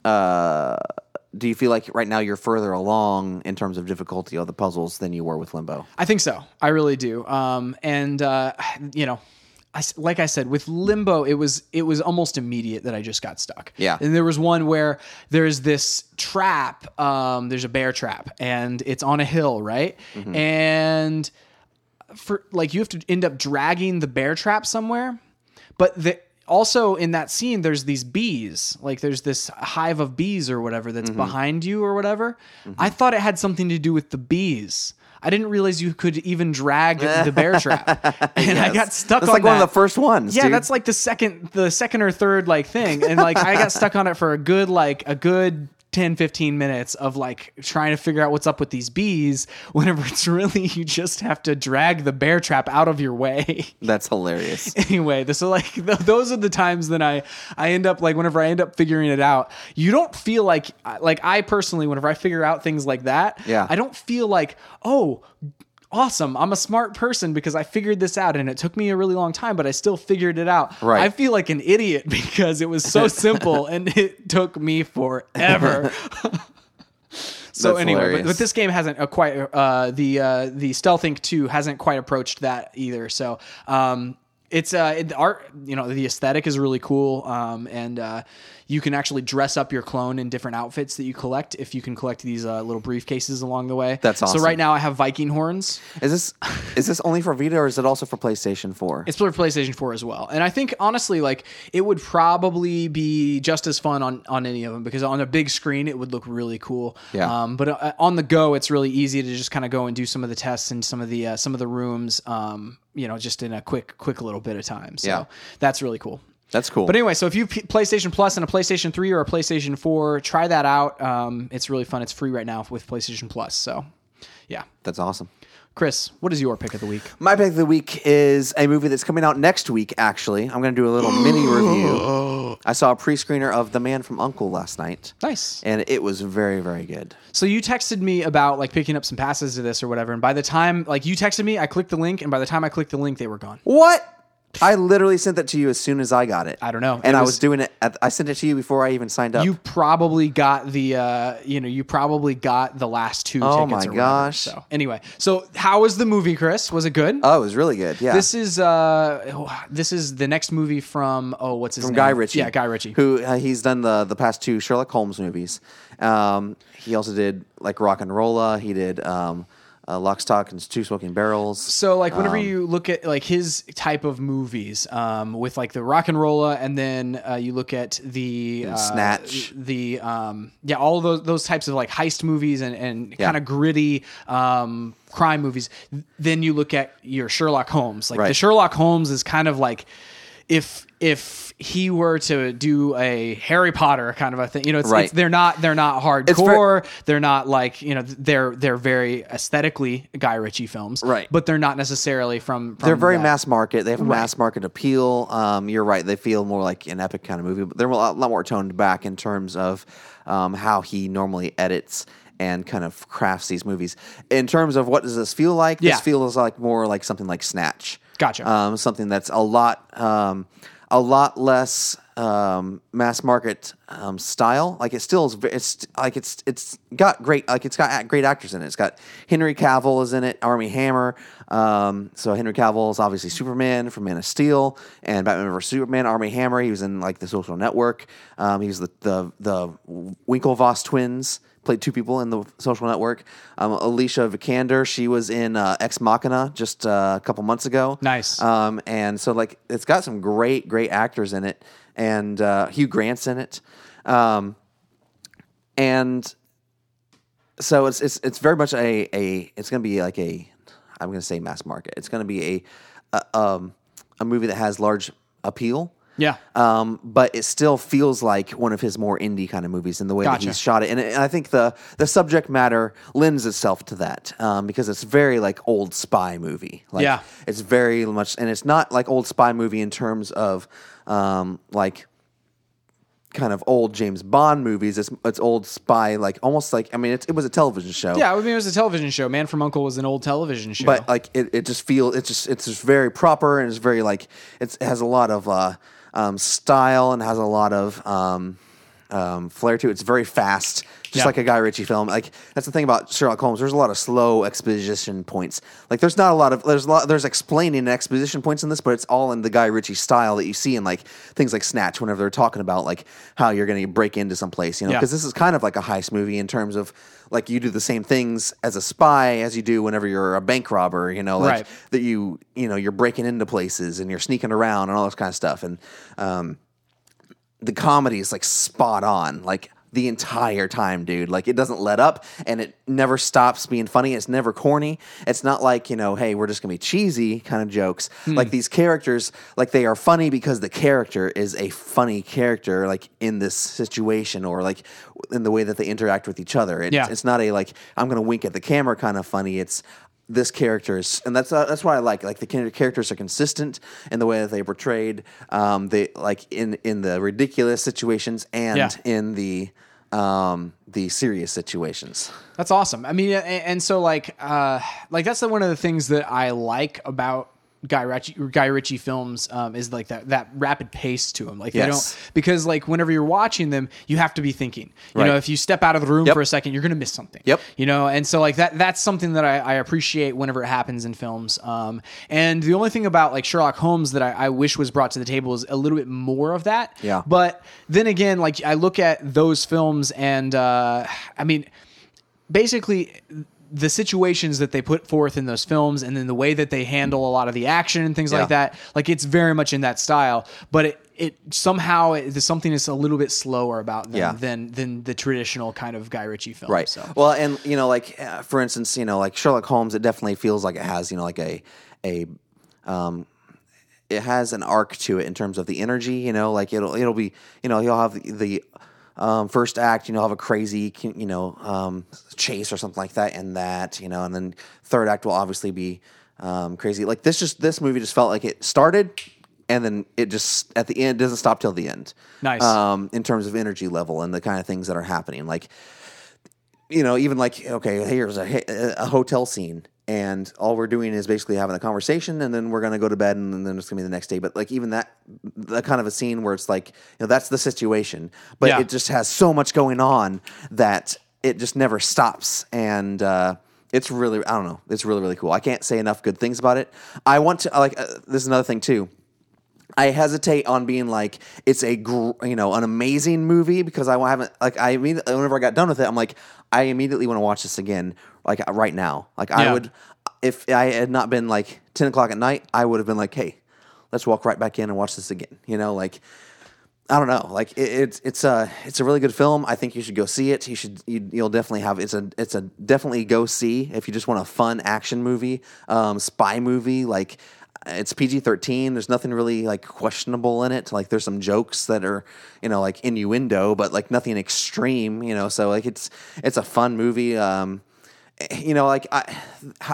uh, do you feel like right now you're further along in terms of difficulty of the puzzles than you were with Limbo?
I think so. I really do. Um, and uh, you know, I s like I said with Limbo, it was it was almost immediate that I just got stuck.
Yeah.
And there was one where there's this trap. Um, there's a bear trap, and it's on a hill, right? And for like you have to end up dragging the bear trap somewhere. But the also in that scene, there's these bees. Like there's this hive of bees or whatever
Mm-hmm.
that's behind you or whatever. I thought it had something to do with the bees. I didn't realize you could even drag the bear trap, and I got stuck
That's
on
like
that.
one of the first ones.
Yeah,
dude.
that's like the second the second or third like thing. And like I got stuck on it for a good like a good 10 15 minutes of like trying to figure out what's up with these bees whenever it's really you just have to drag the bear trap out of your way.
that's hilarious.
anyway, this is like th- those are the times that I I end up like whenever I end up figuring it out, you don't feel like like I personally whenever I figure out things like that,
Yeah.
I don't feel like oh. Awesome. I'm a smart person because I figured this out and it took me a really long time, but I still figured it out.
Right.
I feel like an idiot because it was so simple and it took me forever. so
That's
anyway, but,
hilarious.
but this game hasn't uh, quite uh, the uh, the Stealth Inc. two hasn't quite approached that either. So um, it's uh, it, the art, you know, the aesthetic is really cool, um, and uh, you can actually dress up your clone in different outfits that you collect if you can collect these uh, little briefcases along the way.
That's awesome.
So right now I have Viking horns.
Is this is this only for Vita or is it also for PlayStation 4?
It's for PlayStation 4 as well. And I think honestly, like it would probably be just as fun on on any of them because on a big screen it would look really cool.
Yeah.
Um, but uh, on the go, it's really easy to just kind of go and do some of the tests and some of the uh, some of the rooms. Um, you know, just in a quick quick little bit of time. So
Yeah.
that's really cool.
That's cool.
But anyway, so if you have P- PlayStation Plus and a PlayStation 3 or a PlayStation 4, try that out. Um, it's really fun. It's free right now with PlayStation Plus. So, yeah.
that's awesome.
Chris, what is your pick of the week?
My pick of the week is a movie that's coming out next week, actually. I'm going to do a little mini review. I saw a pre screener of The Man from Uncle last night,
Nice.
and it was very, very good.
So you texted me about like picking up some passes to this or whatever, and by the time like you texted me, I clicked the link, and by the time I clicked the link, they were gone.
What? I literally sent that to you as soon as I got it.
I don't know.
And
It
I
was-
was doing it, at, I sent it to you before I even signed up.
You probably got the uh, you know you probably got the last two.
Oh
tickets
my
or
gosh.
Whatever. So anyway, so how was the movie, Chris? Was it good?
oh, it was really good. Yeah.
this is uh this is the next movie from oh what's his name?
Guy Ritchie.
Yeah, Guy Ritchie.
Who uh, he's done the the past two Sherlock Holmes movies. Um, he also did like Rock and Rolla. He did um, uh, Lock, Stock, and Two Smoking Barrels.
So like whenever
Um,
you look at like his type of movies, um, with like the rock and rolla, and then uh, you look at the uh,
Snatch.
the um, yeah, all those those types of like heist movies and and
Yeah.
kind of gritty um, crime movies. Then you look at your Sherlock Holmes. Like the
Right.
Sherlock Holmes is kind of like if if he were to do a Harry Potter kind of a thing, you know, it's,
Right.
it's they're not they're not
ver-
hardcore. they're not like you know they're they're very aesthetically Guy Ritchie films,
Right.
But they're not necessarily from. from
They're very
that.
mass market. They have a mass market appeal. Um, you're right. They feel more like an epic kind of movie, but they're a lot, lot more toned back in terms of um, how he normally edits and kind of crafts these movies. In terms of what does this feel like?
Yeah.
This feels like more like something like Snatch.
Gotcha.
Um, something that's a lot, um, a lot less um, mass market um, style. Like it still is. ve- It's like it's it's got great. Like it's got a- great actors in it. It's got Henry Cavill is in it. Army Hammer. Um, so Henry Cavill is obviously Superman from Man of Steel and Batman vs Superman. Army Hammer. He was in like The Social Network. Um, he was the the the Winklevoss twins. Played two people in the social network. Um, Alicia Vikander, she was in uh, Ex Machina just uh, a couple months ago.
Nice.
Um, and so like it's got some great, great actors in it, and uh, Hugh Grant's in it, um, and so it's it's it's very much a a it's gonna be like a I'm gonna say mass market. It's gonna be a, a um a movie that has large appeal.
Yeah.
Um, but it still feels like one of his more indie kind of movies in the way
Gotcha.
that he's shot it, and, and I think the the subject matter lends itself to that um, because it's very like old spy movie. Like,
Yeah.
it's very much, and it's not like old spy movie in terms of um, like kind of old James Bond movies. It's it's old spy like almost like I mean it, it was a television show.
Yeah, I mean it was a television show. Man from Uncle was an old television show.
But like it, it just feels it's just it's just very proper and it's very like it's, it has a lot of uh, um, style and has a lot of um, um, flair to it. It's very fast, just
Yeah.
like a Guy Ritchie film. Like that's the thing about Sherlock Holmes. There's a lot of slow exposition points. Like there's not a lot of there's a lot there's explaining and exposition points in this, but it's all in the Guy Ritchie style that you see in like things like Snatch. Whenever they're talking about like how you're going to break into someplace, you know,
Yeah.
because this is kind of like a heist movie in terms of like you do the same things as a spy as you do whenever you're a bank robber. You know, like
Right.
that you you know you're breaking into places and you're sneaking around and all this kind of stuff and um the comedy is like spot on like the entire time dude like it doesn't let up and it never stops being funny it's never corny it's not like you know hey we're just gonna be cheesy kind of jokes like these characters like they are funny because the character is a funny character like in this situation or like in the way that they interact with each other It's-
Yeah.
it's not a like i'm gonna wink at the camera kind of funny it's this character is, and that's uh, that's what I like. Like the char- characters are consistent in the way that they portrayed. Um, they like in in the ridiculous situations and
Yeah.
in the um the serious situations.
That's awesome. I mean, a- and, so like, uh, like that's the, one of the things that I like about Guy Ritchie, Guy Ritchie films um, is like that that rapid pace to them. Like they
Yes.
don't because like whenever you're watching them, you have to be thinking. You
Right.
know, if you step out of the room
Yep.
for a second, you're gonna miss something.
Yep.
You know, and so like that that's something that I, I appreciate whenever it happens in films. Um, and the only thing about like Sherlock Holmes that I, I wish was brought to the table is a little bit more of that.
Yeah.
But then again, like I look at those films, and uh, I mean basically the situations that they put forth in those films and then the way that they handle a lot of the action and things
Yeah.
like that like it's very much in that style but it it somehow it, there's something that's a little bit slower about them
Yeah.
than than the traditional kind of Guy Ritchie film
Right.
so
Well, and you know, like uh, for instance, you know, like Sherlock Holmes, it definitely feels like it has you know like a a um it has an arc to it in terms of the energy. You know, like it'll it'll be you know you'll have the. the um, first act, you know, have a crazy, you know, um, chase or something like that, and that, you know, and then third act will obviously be um, crazy. Like this, just this movie just felt like it started, and then it just at the end doesn't stop till the end.
Nice.
um, in terms of energy level and the kind of things that are happening. Like you know, even like okay, here's a, a hotel scene, and all we're doing is basically having a conversation, and then we're gonna go to bed, and then it's gonna be the next day. But like even that, that kind of a scene where it's like, you know, that's the situation, but
Yeah.
it just has so much going on that it just never stops, and uh, it's really, I don't know, it's really really cool. I can't say enough good things about it. I want to like uh, this is another thing too. I hesitate on being like it's a gr- you know an amazing movie because I haven't like I mean whenever I got done with it I'm like I immediately want to watch this again like uh, right now like
Yeah.
I would if I had not been like ten o'clock at night I would have been like hey let's walk right back in and watch this again you know like I don't know. Like it, it's it's a it's a really good film. I think you should go see it. You should you, you'll definitely have it's a it's a definitely go see if you just want a fun action movie, um, spy movie. Like it's PG thirteen. There's nothing really like questionable in it. Like there's some jokes that are you know like innuendo, but like nothing extreme. You know, so like it's it's a fun movie. Um, you know, like I,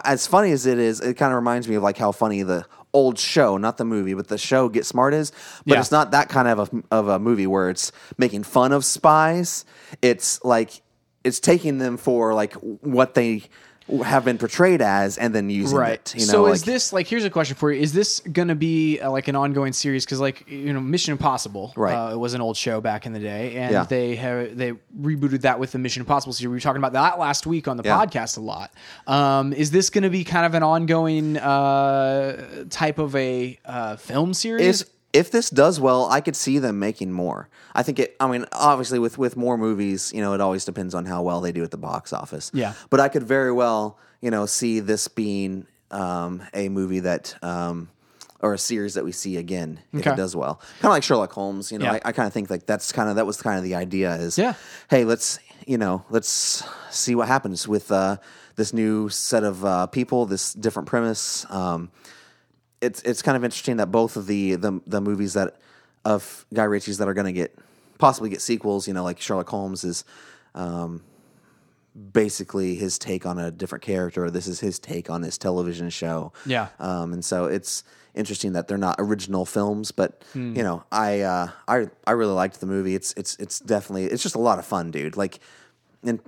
as funny as it is, it kind of reminds me of like how funny the old show, not the movie, but the show Get Smart is. But
Yeah.
it's not that kind of a, of a movie where it's making fun of spies. It's like it's taking them for like what they have been portrayed as, and then using it. You know,
so is
like-
this like? Here's a question for you: Is this going to be uh, like an ongoing series? Because like you know, Mission Impossible,
Right.
Uh, it was an old show back in the day, and
Yeah.
they have they rebooted that with the Mission Impossible series. We were talking about that last week on the
Yeah.
podcast a lot. Um, is this going to be kind of an ongoing uh, type of a uh, film series?
is if this does well, I could see them making more. I think it. I mean, obviously, with with more movies, you know, it always depends on how well they do at the box office.
Yeah.
But I could very well, you know, see this being um, a movie that. Um, or a series that we see again if
Okay.
it does well, kind of like Sherlock Holmes. You know,
Yeah.
I, I kind of think like that's kind of that was kind of the idea is,
Yeah.
hey, let's you know let's see what happens with uh, this new set of uh, people, this different premise. Um, it's it's kind of interesting that both of the the, the movies that of Guy Ritchie's that are going to get possibly get sequels, you know, like Sherlock Holmes is um, basically his take on a different character. This is his take on his television show.
Yeah.
Um, and so it's interesting that they're not original films, but
Hmm.
you know, I uh, I I really liked the movie. It's it's it's definitely it's just a lot of fun, dude. Like and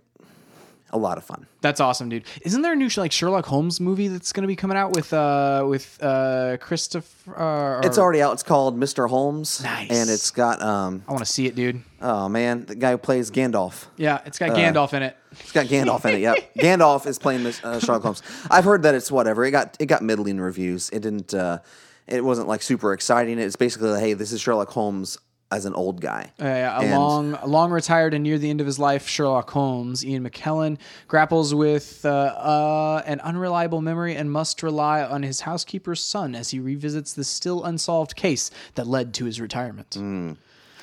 a lot of fun.
That's awesome, dude. Isn't there a new like Sherlock Holmes movie that's going to be coming out with uh with uh Christopher? Uh, or-
It's already out. It's called Mr. Holmes,
Nice.
and it's got um
I want to see it, dude.
oh man, the guy who plays Gandalf.
Yeah, it's
Uh,
got Gandalf in it.
It's got Gandalf in it. Yep, Gandalf is playing this uh, Sherlock Holmes. I've heard that it's whatever. It got it got middling reviews. It didn't. Uh, it wasn't like super exciting. It's basically like, hey, this is Sherlock Holmes as an old guy.
Uh, yeah, a
And-
long, long retired and near the end of his life, Sherlock Holmes, Ian McKellen, grapples with uh, uh, an unreliable memory and must rely on his housekeeper's son as he revisits the still unsolved case that led to his retirement.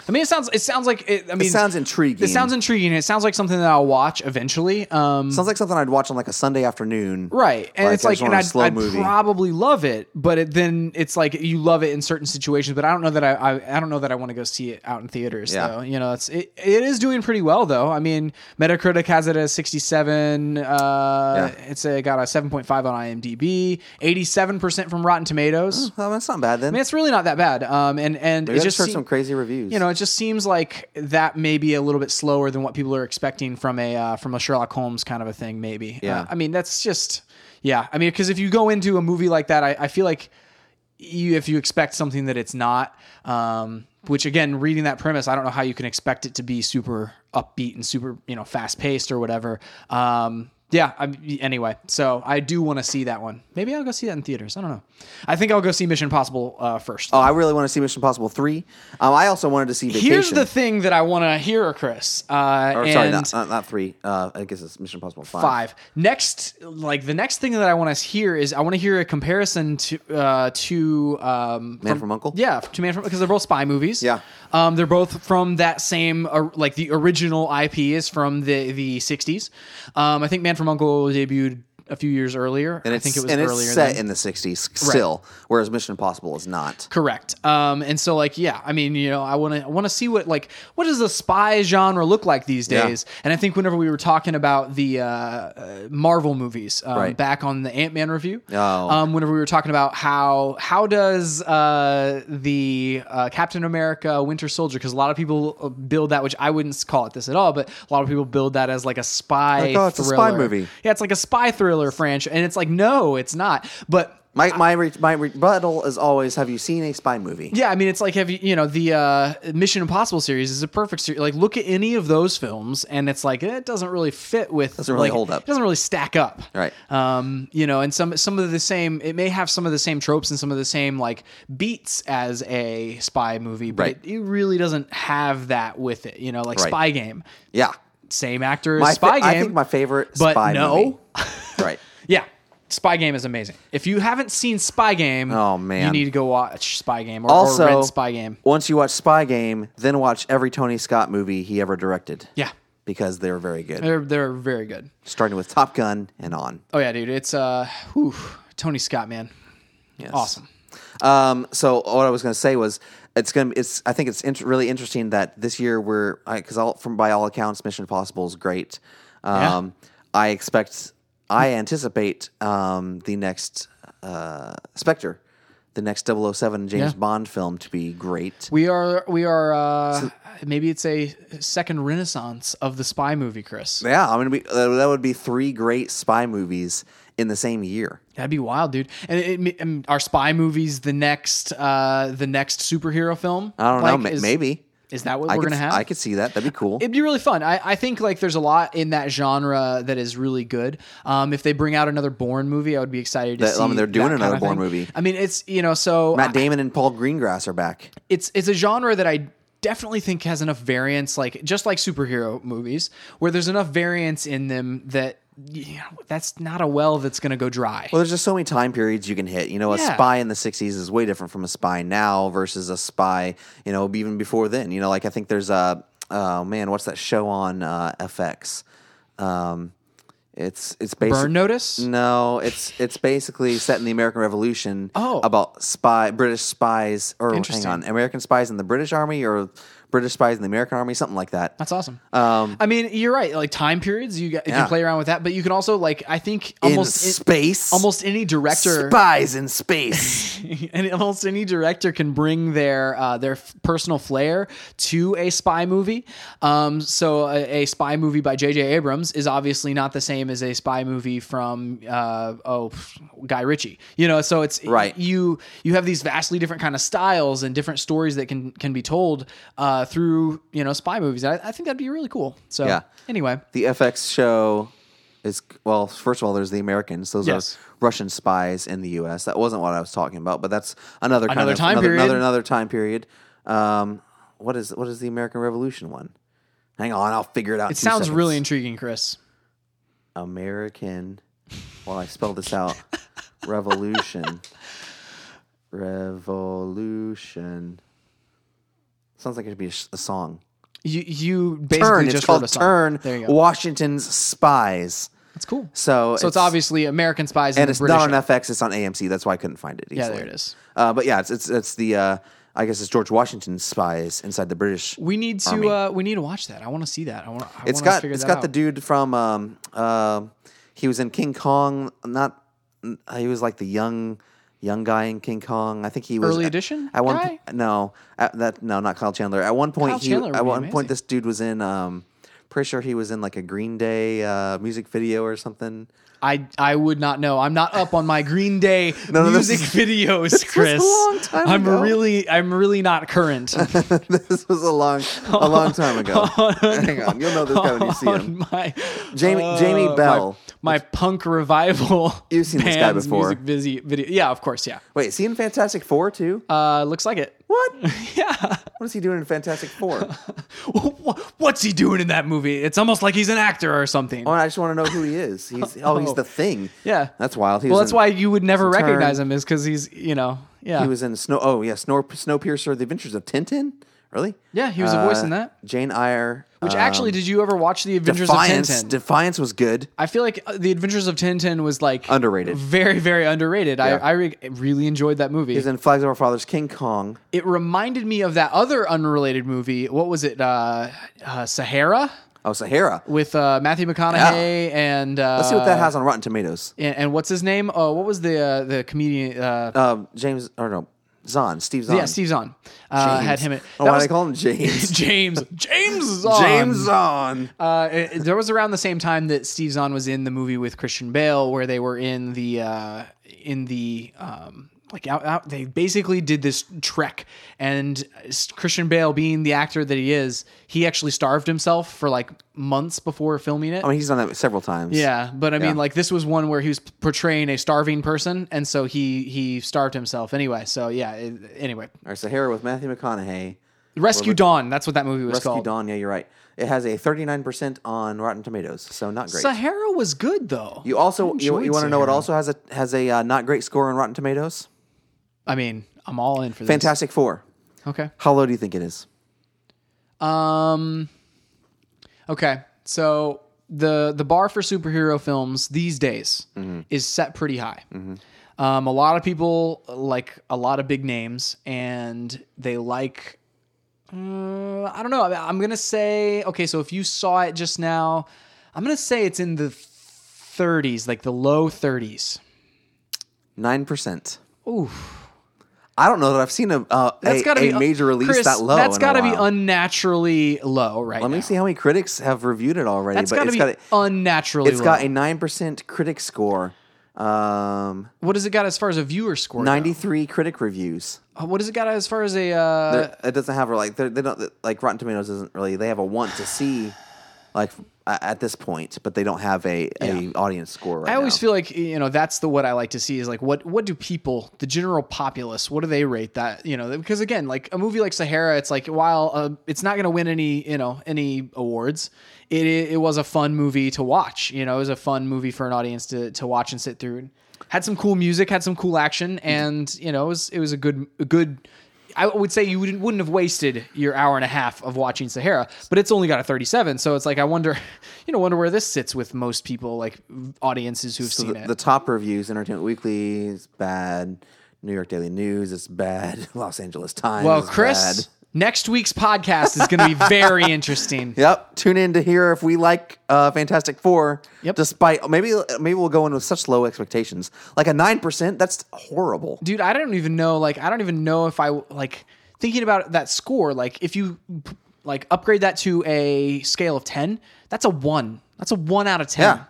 I mean, it sounds. It sounds like. It, I mean,
It sounds intriguing.
It sounds intriguing. It sounds like something that I'll watch eventually. Um,
sounds like something I'd watch on like a Sunday afternoon.
right, and
Like,
it's
I
like,
just
and
want a
I'd,
slow
I'd
movie.
probably love it, but it, then it's like you love it in certain situations. But I don't know that I, I, I don't know that I want to go see it out in theaters.
Yeah.
Though you know, it's it, it is doing pretty well though. I mean, Metacritic has it at sixty seven. Uh, It's a, got a seven point five on IMDb, eighty seven percent from Rotten Tomatoes.
Well, that's not bad then.
I mean, it's really not that bad. Um, and and
Mm. Maybe
it
I
just
just heard
seem-
some crazy reviews.
you know, it just seems like that may be a little bit slower than what people are expecting from a uh, from a Sherlock Holmes kind of a thing. Maybe.
Yeah.
Uh, I mean, that's just yeah. I mean, because if you go into a movie like that, I, I feel like you if you expect something that it's not. Um, which again, reading that premise, I don't know how you can expect it to be super upbeat and super you know fast paced or whatever. Um, yeah. I, anyway, so I do want to see that one. Maybe I'll go see that in theaters. I don't know. I think I'll go see Mission Impossible uh, first.
Oh, I really want to see Mission Impossible three. Um, I also wanted to see Vacation.
Here's the thing that I want to hear, Chris. Uh,
or,
and
sorry, not, not, not three. Uh, I guess it's Mission Impossible five.
five. Next, like the next thing that I want to hear is I want to hear a comparison to uh, to um,
Man from Uncle?
Yeah, to Man from because they're both spy movies.
Yeah.
um, they're both from that same uh, like the original IP is from the the '60s. Um, I think Man from Uncle debuted a few years earlier.
And
I
it's,
think it was
and
earlier.
it's
than-
set in the '60s still, whereas Mission Impossible is not.
Correct. Um, and so like, yeah, I mean, you know, I want to, I want to see what, like, what does the spy genre look like these
Yeah.
days? And I think whenever we were talking about the, uh, uh, Marvel movies, um,
Right.
back on the Ant-Man review,
Oh.
um, whenever we were talking about how, how does, uh, the, uh, Captain America Winter Soldier, cause a lot of people uh, build that, which I wouldn't call it this at all, but a lot of people build that as like a spy
Like, oh, it's a spy
thriller.
movie.
Yeah. It's like a spy thriller franchise. And it's like, no, it's not. But
My my re- my rebuttal is always: Have you seen a spy movie?
Yeah, I mean, it's like have you you know the uh, Mission Impossible series is a perfect series. Like, look at any of those films, and it's like eh, it doesn't really fit with
Doesn't really
like,
hold up.
It doesn't really stack up,
Right.
Um, you know, and some some of the same. It may have some of the same tropes and some of the same like beats as a spy movie, but
Right.
it, it really doesn't have that with it. You know, like
Right.
Spy Game,
Yeah,
same actor as
my
Spy
fa-
Game.
I think my favorite
but
spy
no.
movie. right.
Yeah. Spy Game is amazing. If you haven't seen Spy Game,
Oh, man.
you need to go watch Spy Game or,
Also,
or rent Spy Game.
Once you watch Spy Game, then watch every Tony Scott movie he ever directed.
Yeah.
because they're very good.
They're they're very good.
Starting with Top Gun and on.
Oh yeah, dude. It's uh, whew, Tony Scott, man,
Yes.
awesome.
Um, so what I was going to say was it's going to it's I think it's int- really interesting that this year we're because all from by all accounts Mission Impossible is great. Um, I expect I anticipate um, the next uh, Spectre, the next 007 James
Yeah.
Bond film to be great.
We are we are uh, maybe it's a second renaissance of the spy movie, Chris.
Yeah, I mean we, uh, that would be three great spy movies in the same year.
That'd be wild, dude. And, it, it- and are spy movies the next uh the next superhero film?
I don't know,
Like,
ma-
is-
maybe
is that what
I
we're
could,
gonna have?
I could see that. That'd be cool.
It'd be really fun. I, I think like there's a lot in that genre that is really good. Um, if they bring out another Bourne movie, I would be excited to
That- I
see.
mean, they're doing
that kind
another
of
Bourne
thing.
movie.
I mean, it's you know, so
Matt Damon and Paul Greengrass are back.
it's it's a genre that I definitely think has enough variance, like just like superhero movies, where there's enough variance in them that you know, that's not a well that's going to go dry.
Well, there's just so many time periods you can hit. You know, a
Yeah.
spy in the 60s is way different from a spy now versus a spy, you know, even before then. You know, like I think there's a, oh man, what's that show on uh, FX? Um, It's it's basically
Burn notice.
Mm. No, it's it's basically set in the American Revolution.
Oh.
about spy British spies or hang
Interesting.
on, American spies in the British Army or British spies in the American Army, something like that.
That's awesome.
Um,
I mean, you're right. Like time periods, you, got, you
Yeah.
can play around with that, but you can also like I think
in
almost in-
space,
almost any director
spies in space.
and almost any director can bring their uh, their f- personal flair to a spy movie. Um, so a, a spy movie by J.J. Abrams is obviously not the same as a spy movie from uh, oh pff, Guy Ritchie. You know, so it's
Right.
You you have these vastly different kind of styles and different stories that can can be told uh, through you know spy movies. I, I think that'd be really cool. So
Yeah.
anyway,
the FX show is well. First of all, there's the Americans; those
Yes.
are Russian spies in the U.S. That wasn't what I was talking about, but that's another kind
Another
of,
time
another,
period.
Another, another time period. Um, what is what is the American Revolution one? Hang on, I'll figure it out. in
it
two
sounds
seconds.
really intriguing, Chris.
American. Well, I spelled this out. Revolution. Revolution. Sounds like it should be a, s- a song.
You you basically
Turn.
just
It's
wrote
called
a song.
Turn.
There you go.
Washington's Spies.
That's cool.
So,
So it's, obviously American spies
and
the
it's
British.
not on FX. It's on AMC. That's why I couldn't find it. Easily.
yeah, there it is.
Uh, but yeah, it's it's, it's the uh, I guess it's George Washington's spies inside the British.
We need to uh, we need to watch that. I want to see that. I want. I
It's
wanna
got
figure
it's
that
got
out.
the dude from um uh, he was in King Kong. Not he was like the young young guy in King Kong. I think he was
Early edition
At one
guy?
po- no at that no not Kyle Chandler. At one point
Kyle
he
Chandler would
at
be
one
amazing.
point this dude was in um pretty sure he was in like a Green Day uh, music video or something.
I I would not know. I'm not up on my Green Day
No, no, this
music
is-
videos, Chris.
a long time
I'm
ago.
really I'm really not current
this was a long a long time ago. Hang on, you'll know this guy when you see him.
on my uh,
Jamie Jamie
my-
Bell.
my, punk revival.
You've seen this guy
band's
before.
Music visi- video. Yeah, of course. Yeah.
Wait, is he in Fantastic Four too?
Uh, looks like it.
what?
Yeah.
What is he doing in Fantastic Four?
What's he doing in that movie? It's almost like he's an actor or something.
Oh, I just want to know who he is. He's oh, he's the thing.
Yeah.
that's wild. He
well,
was
that's
in-
why you would never
Turn.
recognize him is because he's, you know, yeah.
he was in Snow. Oh yeah, Snow Snowpiercer: The Adventures of Tintin. Really? Uh,
Yeah, he was a voice in that.
Jane Eyre.
Which
um,
actually, did you ever watch The Adventures
Defiance.
of Tintin?
Defiance was good.
I feel like uh, The Adventures of Tintin was like
Underrated.
very, very underrated.
Yeah.
I, I re- really enjoyed that movie.
He was in Flags of Our Fathers, King Kong.
it reminded me of that other unrelated movie. What was it? Uh, uh, Sahara
Oh, Sahara.
with uh, Matthew McConaughey and uh,
Let's see what that has on Rotten Tomatoes.
and, and what's his name? Oh, what was the uh, the comedian? Uh,
Um, James or no, Zahn. Steve Zahn.
yeah, Steve Zahn uh,
James.
had him. In,
Oh,
that
why
was-
they call him James?
James. James Zahn.
James Zahn.
Uh, it, it- there was around the same time that Steve Zahn was in the movie with Christian Bale, where they were in the uh, in the um, like out, out. They basically did this trek, and s- Christian Bale, being the actor that he is, he actually starved himself for like months before filming it.
I mean, he's done that several times.
yeah, but I
Yeah.
mean, like this was one where he was portraying a starving person, and so he he starved himself anyway. So yeah, it, anyway,
Or Sahara with Matthew McConaughey.
Rescue Dawn. That's what that movie was
Rescue
called.
Dawn. Yeah, you're right. It has a 39% on Rotten Tomatoes, so not great.
Sahara was good though.
you also you,
enjoyed
you want to know what
Sahara.
also has a has a uh, not great score on Rotten Tomatoes?
I mean, I'm all in for this.
Fantastic Four.
Okay.
How low do you think it is?
Um. Okay, so the the bar for superhero films these days
Mm-hmm.
is set pretty high. Um, a lot of people like a lot of big names, and they like. Uh, I don't know. I- I'm gonna say okay. So if you saw it just now, I'm gonna say it's in the 30s, like the low 30s.
Nine percent.
Ooh,
I don't know that I've seen a uh,
that's
a,
gotta
a
be
major release
Chris,
that low.
That's
in a
gotta be
while.
unnaturally low, right?
Let me
now.
see how many critics have reviewed it already.
That's
but
gotta
it's
be
got a,
unnaturally
it's
low.
got a nine percent critic score. Um,
What does it got as far as a viewer score? though?
93 critic reviews.
Uh, What does it got as far as a? Uh,
They're- it doesn't have like they're- they don't like Rotten Tomatoes doesn't really they have a want to see like a- at this point, but they don't have a, a audience score right
I always
now.
feel like you know that's the what I like to see is like what what do people the general populace what do they rate that you know because again like a movie like Sahara it's like while uh, it's not going to win any you know any awards it it was a fun movie to watch you know it was a fun movie for an audience to to watch and sit through had some cool music had some cool action and you know it was it was a good a good I would say you wouldn't, wouldn't have wasted your hour and a half of watching Sahara, but it's only got a 37. So it's like I wonder, you know, wonder where this sits with most people, like audiences who've
So
seen
the,
it.
the top reviews: Entertainment Weekly is bad. New York Daily News is bad. Los Angeles Times.
well,
is bad.
Chris, next week's podcast is going to be very interesting.
Yep. Tune in to hear if we like uh, Fantastic Four.
Yep.
Despite maybe maybe we'll go in with such low expectations, like a nine percent. That's horrible.
dude i don't even know like i don't even know if i like thinking about that score like if you like upgrade that to a scale of 10 that's a 1 that's a 1 out of 10
Yeah.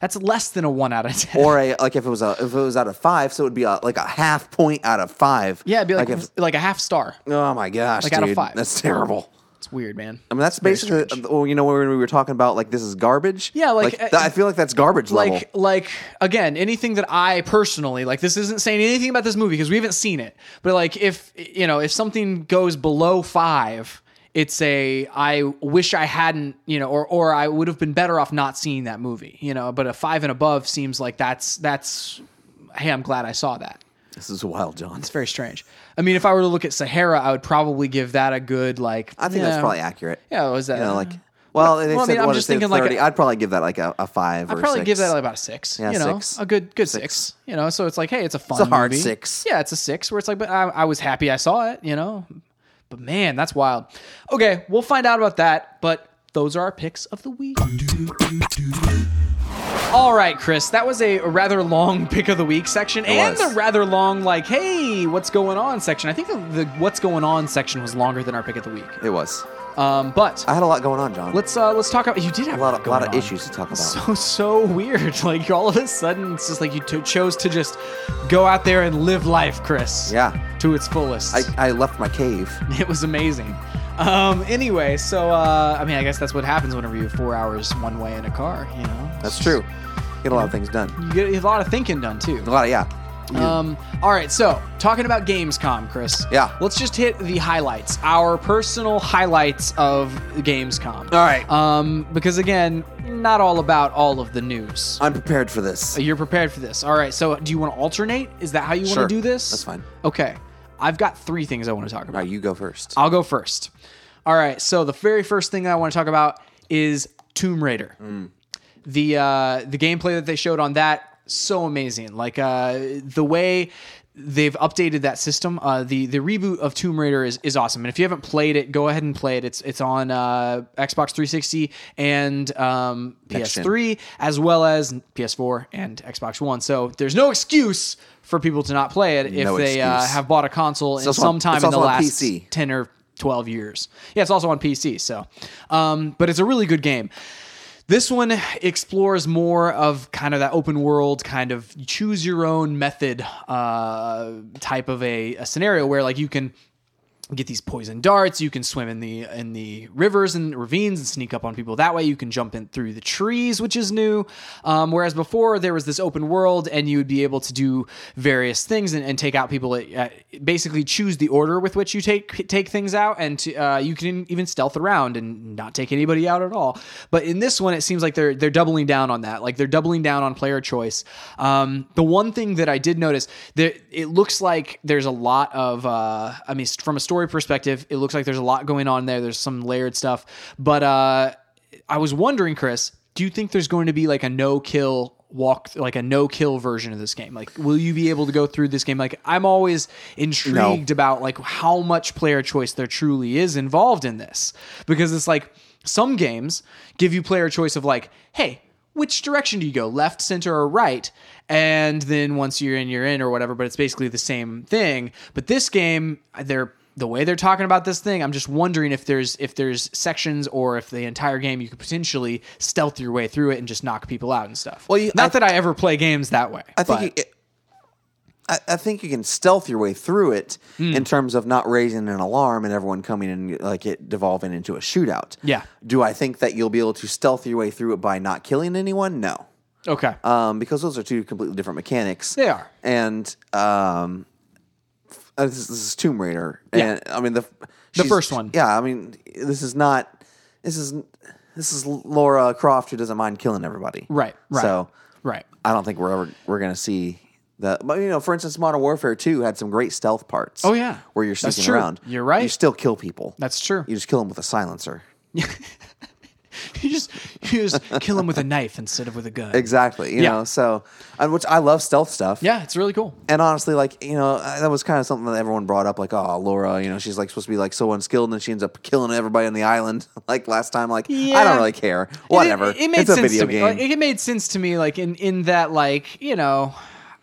that's less than a 1 out of 10
Or a like if it was a if it was out of five, so it would be a, like a half point out of five.
yeah it'd be like
if,
like, a half star
oh my gosh,
like out of
dude,
five.
That's terrible.
it's weird man
I mean, that's basically well, you know, when we were talking about like this is garbage.
Yeah, like,
th-
uh,
I feel like that's garbage level.
like like again anything that i personally like this isn't saying anything about this movie because we haven't seen it but like if you know if something goes below five it's a i wish i hadn't you know or or i would have been better off not seeing that movie you know but a five and above seems like that's that's hey i'm glad i saw that
This is wild, John.
it's very strange i mean if i were to look at sahara i would probably give that a good like
I think that's
yeah,
probably accurate.
yeah what was that
You know, like well, they
well, I
said
mean, I'm
what,
just
they said
thinking like
30.
a-
I'd probably give that like a, a five.
I'd
or
probably
six.
give that like about a six.
Yeah,
you know,
six.
a good good six. You know, so it's like, hey, it's a fun.
a hard
movie.
six.
Yeah, it's a six where it's like, but I, I was happy I saw it. You know, but man, that's wild. Okay, we'll find out about that. But those are our picks of the week. All right, Chris, that was a rather long pick of the week section, and
was.
the rather long like, hey, what's going on section. I think the, the what's going on section was longer than our pick of the week.
It was.
Um, but
I had a lot going on, John.
let's uh, let's talk about. You did have
a lot of,
going
lot of
on
issues to talk about.
so so weird. Like all of a sudden, it's just like you t- chose to just go out there and live life, Chris.
Yeah.
to its fullest.
I, I left my cave.
it was amazing. Um. Anyway, so uh, I mean, I guess that's what happens whenever you're four hours one way in a car. You know,
That's true. Get a lot of things done.
You get a lot of thinking done too.
A lot of yeah.
Um, all right, so talking about Gamescom, Chris.
Yeah.
Let's just hit the highlights, our personal highlights of Gamescom.
All right.
Um, because again, not all about all of the news.
I'm prepared for this.
You're prepared for this. All right. So, do you want to alternate? Is that how you
Sure,
want to do this?
that's fine.
Okay. I've got three things I want to talk
All
about.
right, you go first.
I'll go first. All right. So, the very first thing I want to talk about is Tomb Raider.
Mm.
The uh, the gameplay that they showed on that so amazing. Like uh, the way they've updated that system. Uh, the the reboot of Tomb Raider is, is awesome. And if you haven't played it, go ahead and play it. It's it's on uh, Xbox 360 and um,
gen.
PS3 as well as PS4 and Xbox One. So there's no excuse for people to not play it if
No
they uh,
excuse.
have bought a console in
also on-
some time
it's
in the
also on
last
PC.
10 or 12 years. Yeah, it's also on PC. So, um, but it's a really good game. This one explores more of kind of that open world, kind of choose your own method uh, type of a, a scenario where like you can get these poison darts you can swim in the in the rivers and ravines and sneak up on people that way you can jump in through the trees which is new um, whereas before there was this open world and you would be able to do various things and, and take out people at, at- basically choose the order with which you take take things out and to, uh, you can even stealth around and not take anybody out at all but in this one it seems like they're they're doubling down on that like they're doubling down on player choice um, the one thing that I did notice there it looks like there's a lot of uh, I mean from a story perspective it looks like there's a lot going on there there's some layered stuff but uh, I was wondering Chris do you think there's going to be like a no kill walk like a no kill version of this game like will you be able to go through this game like I'm always intrigued about like how much player choice there truly is involved in this because it's like some games give you player choice of like hey which direction do you go left center or right and then once you're in you're in or whatever but it's basically the same thing but this game they're the way they're talking about this thing i'm just wondering if there's if there's sections or if the entire game you could potentially stealth your way through it and just knock people out and stuff
Well, you-
not
I-
that i ever play games that way
I think
but-
you, it, I, I think you can stealth your way through it
Hmm.
in terms of not raising an alarm and everyone coming and like it devolving into a shootout.
Yeah.
Do I think that you'll be able to stealth your way through it by not killing anyone? No.
okay
um, because those are two completely different mechanics.
They are.
and um, f- uh, this, is- this is Tomb Raider, and I mean the the
first one.
Yeah, I mean this is not this is this is Laura Croft who doesn't mind killing everybody.
right right
So
right
I don't think we're ever we're gonna see The, but you know, for instance, Modern Warfare 2 had some great stealth parts.
Oh, yeah.
where you're
That's
sneaking
true.
around.
You're right.
You still kill people.
That's true.
you just kill them with a silencer.
You just you just kill him with a knife instead of with a gun.
Exactly. You
Yeah.
know, so and which I love stealth stuff.
Yeah, it's really cool.
And honestly, like you know, I- that was kind of something that everyone brought up. Like, oh, Laura, you know, she's like supposed to be like so unskilled, and she ends up killing everybody on the island. Like last time, like I
Yeah.
don't really care. Whatever.
It, it made
it's
sense
a video
to me.
game.
Like, it made sense to me, like in in that, like you know,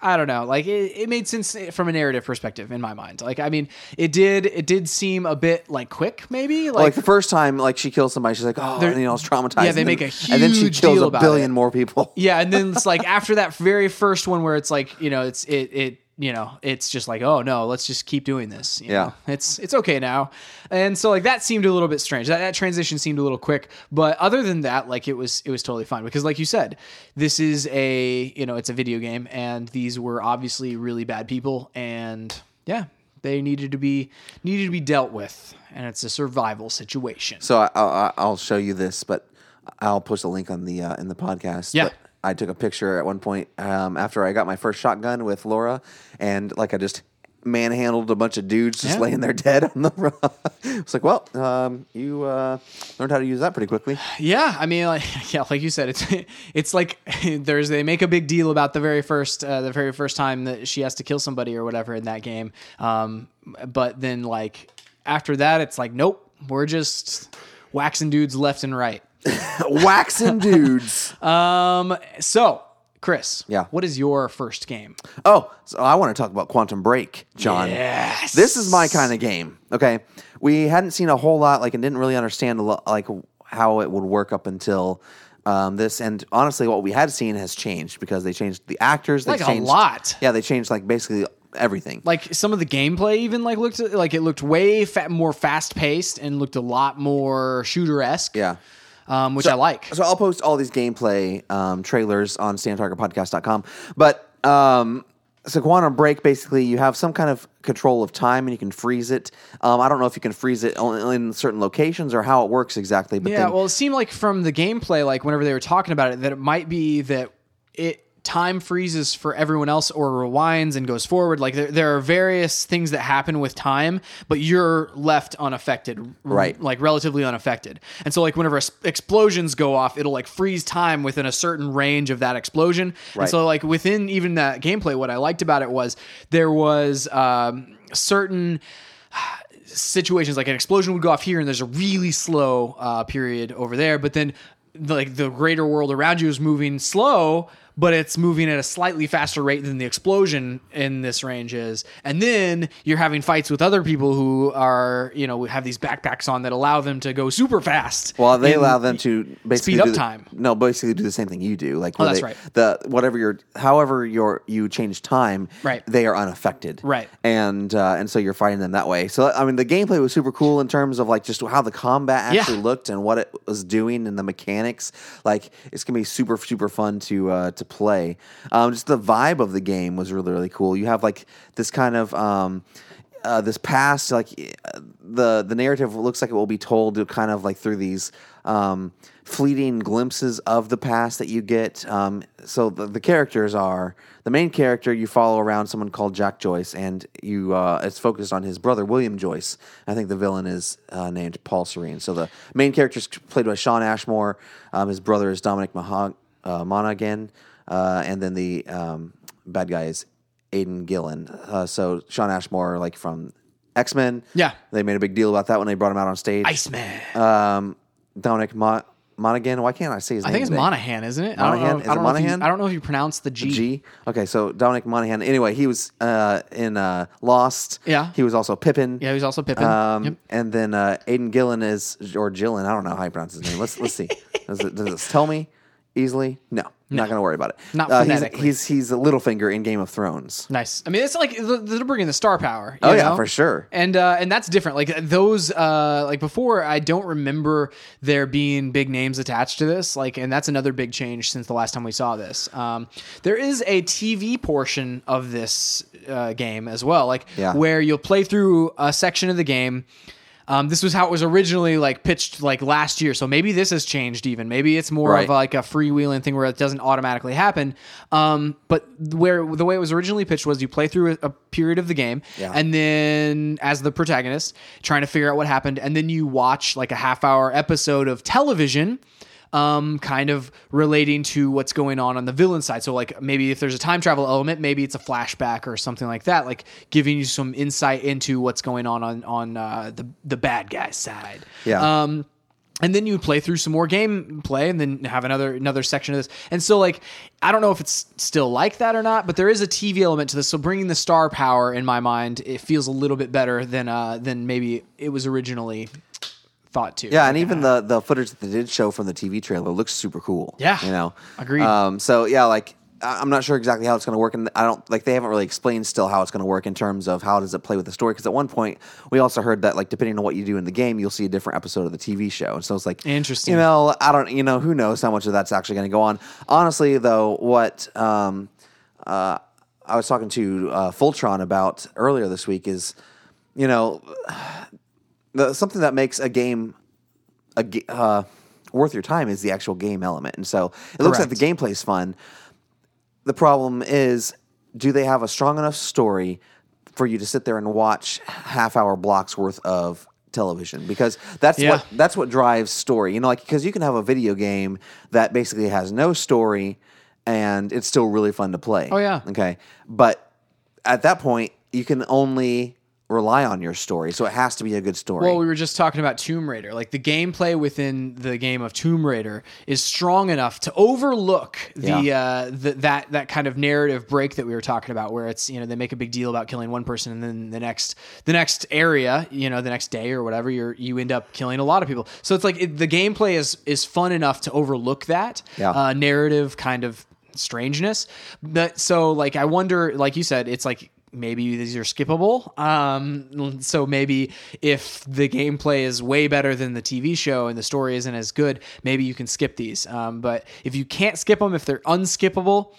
I don't know, like it, it made sense from a narrative perspective in my mind. Like, I mean, it did it did seem a bit like quick, maybe
Like,
like.
the first time, like she kills somebody, she's like, oh,
They're-
and, you know, I was traumatized.
Yeah, they
and
make
then-
a
and then she
huge
kills
deal
a
about
billion
it.
more people.
yeah, and then it's like after that very first one where it's like you know it's it it you know it's just like oh no let's just keep doing this you
Yeah.
know? it's it's okay now and so like that seemed a little bit strange that, that transition seemed a little quick but other than that like it was it was totally fine because like you said this is a you know it's a video game and these were obviously really bad people and yeah they needed to be needed to be dealt with and it's a survival situation
So I, I, I'll show you this, but I'll post a link on the uh, in the podcast.
Yeah.
But I took a picture at one point um, after I got my first shotgun with Laura, and like I just manhandled a bunch of dudes just
Yeah.
laying there dead on the road. it's like, well, um, you uh, learned how to use that pretty quickly.
Yeah, I mean, like yeah, like you said, it's it's like there's they make a big deal about the very first uh, the very first time that she has to kill somebody or whatever in that game, um, but then like after that, it's like nope, we're just waxing dudes left and right.
Waxing dudes.
Um, so Chris,
Yeah.
what is your first game?
Oh, so I want to talk about Quantum Break, John.
Yes,
This is my kind of game. Okay, we hadn't seen a whole lot, like, and didn't really understand a lot, like how it would work up until um, this. And honestly, what we had seen has changed because they changed the actors. They
Like a
changed,
lot.
Yeah, they changed like basically everything.
like some of the gameplay even like looked like it looked way fa- more fast paced and looked a lot more shooter esque.
yeah.
um, which I like.
So I'll post all these gameplay um, trailers on StanTargetPodcast.com. But um, so Quantum Break, basically, you have some kind of control of time and you can freeze it. Um, I don't know if you can freeze it only in certain locations or how it works exactly. But
Yeah,
then,
well, it seemed like from the gameplay, like whenever they were talking about it, that it might be that it time freezes for everyone else or rewinds and goes forward. Like there, there are various things that happen with time, but you're left unaffected,
Right.
Like relatively unaffected. And so, like whenever es- explosions go off, it'll like freeze time within a certain range of that explosion. And
Right.
so, like within even that gameplay, what I liked about it was there was um, certain situations like an explosion would go off here and there's a really slow uh, period over there but then like the greater world around you is moving slow but it's moving at a slightly faster rate than the explosion in this range is and then you're having fights with other people who are you know have these backpacks on that allow them to go super fast
Well, they
in-
allow them to basically
speed up
do the-
time. Oh,
No, basically do the same thing you do. Like where
that's
they-
right.
The whatever your however your you change time,
Right.
They are unaffected,
Right.
And uh, and so you're fighting them that way. So I mean, the gameplay was super cool in terms of like just how the combat
Yeah.
actually looked and what it was doing and the mechanics. Like it's gonna be super super fun to uh, to play. Um, just the vibe of the game was really really cool. You have like this kind of um, uh, this past like uh, the the narrative looks like it will be told to kind of like through these um, fleeting glimpses of the past that you get. Um, so the, the characters are the main character you follow around someone called Jack Joyce, and you uh, it's focused on his brother William Joyce. I think the villain is uh, named Paul Serene. So the main character is played by Sean Ashmore. Um, his brother is Dominic Mahog- uh, Monaghan, uh, and then the um, bad guy is Aiden Gillen. Uh, so Sean Ashmore, like from X Men.
Yeah.
they made a big deal about that when they brought him out on stage.
Iceman.
Um, Dominic Mo- Monaghan. Why can't I say his
I
name?
think it's
today?
Monahan, isn't it? I
Monahan?
don't know,
Is
I
it
don't know if you-
Monahan?
I don't know if you pronounce the G.
G. Okay, so Dominic Monaghan. Anyway, he was uh, in uh, Lost.
Yeah.
he was also Pippin.
Yeah, he's also Pippin.
Um,
Yep.
and then uh, Aiden Gillen is or Gillen. I don't know how you pronounce his name. Let's let's see. Does it, does this tell me easily? No, not gonna worry about it.
Not
uh, he's,
phonetically.
he's he's a Littlefinger in Game of Thrones.
Nice. I mean, it's like th- they're bringing the star power. you
Oh, yeah,
know?
for sure.
And uh, and that's different. Like those, uh, like before, I don't remember there being big names attached to this. Like, and that's another big change since the last time we saw this. Um, there is a TV portion of this uh, game as well, like
Yeah.
where you'll play through a section of the game. Um, this was how it was originally like pitched like last year. So maybe this has changed even. Maybe it's more
Right.
of like a freewheeling thing where it doesn't automatically happen. Um, but where the way it was originally pitched was you play through a, a period of the game
Yeah.
and then as the protagonist trying to figure out what happened and then you watch like a half hour episode of television um, kind of relating to what's going on on the villain side. So, like, maybe if there's a time travel element, maybe it's a flashback or something like that, like giving you some insight into what's going on on on uh, the the bad guy side.
Yeah.
Um, and then you would play through some more gameplay, and then have another another section of this. And so, like, I don't know if it's still like that or not, but there is a TV element to this. So, bringing the star power in my mind, it feels a little bit better than uh, than maybe it was originally thought to.
Yeah, and even the the footage that they did show from the TV trailer looks super cool.
Yeah.
you know,
Agreed.
Um, so yeah, like I- I'm not sure exactly how it's going to work, and I don't like they haven't really explained still how it's going to work in terms of how does it play with the story. Because at one point we also heard that like depending on what you do in the game, you'll see a different episode of the TV show, and so it's like
Interesting.
You know, I don't, you know, who knows how much of that's actually going to go on. Honestly, though, what um, uh, I was talking to uh, Fultron about earlier this week is, you know, the, something that makes a game a ga- uh, worth your time is the actual game element. And so it looks like the gameplay is fun. The problem is, do they have a strong enough story for you to sit there and watch half hour blocks worth of television? Because that's
Yeah.
what that's what drives story. You know, like because you can have a video game that basically has no story and it's still really fun to play.
Oh, yeah.
Okay. But at that point, you can only rely on your story. So it has to be a good story.
Well, we were just talking about Tomb Raider. Like the gameplay within the game of Tomb Raider is strong enough to overlook the,
Yeah.
uh, the that that kind of narrative break that we were talking about, where it's you know they make a big deal about killing one person and then the next the next area, you know, the next day or whatever, you are you end up killing a lot of people. So it's like it, the gameplay is is fun enough to overlook that
Yeah.
uh, narrative kind of strangeness. But so like I wonder, like you said, it's like maybe these are skippable. Um, so maybe if the gameplay is way better than the TV show and the story isn't as good, maybe you can skip these. Um, but if you can't skip them, if they're unskippable,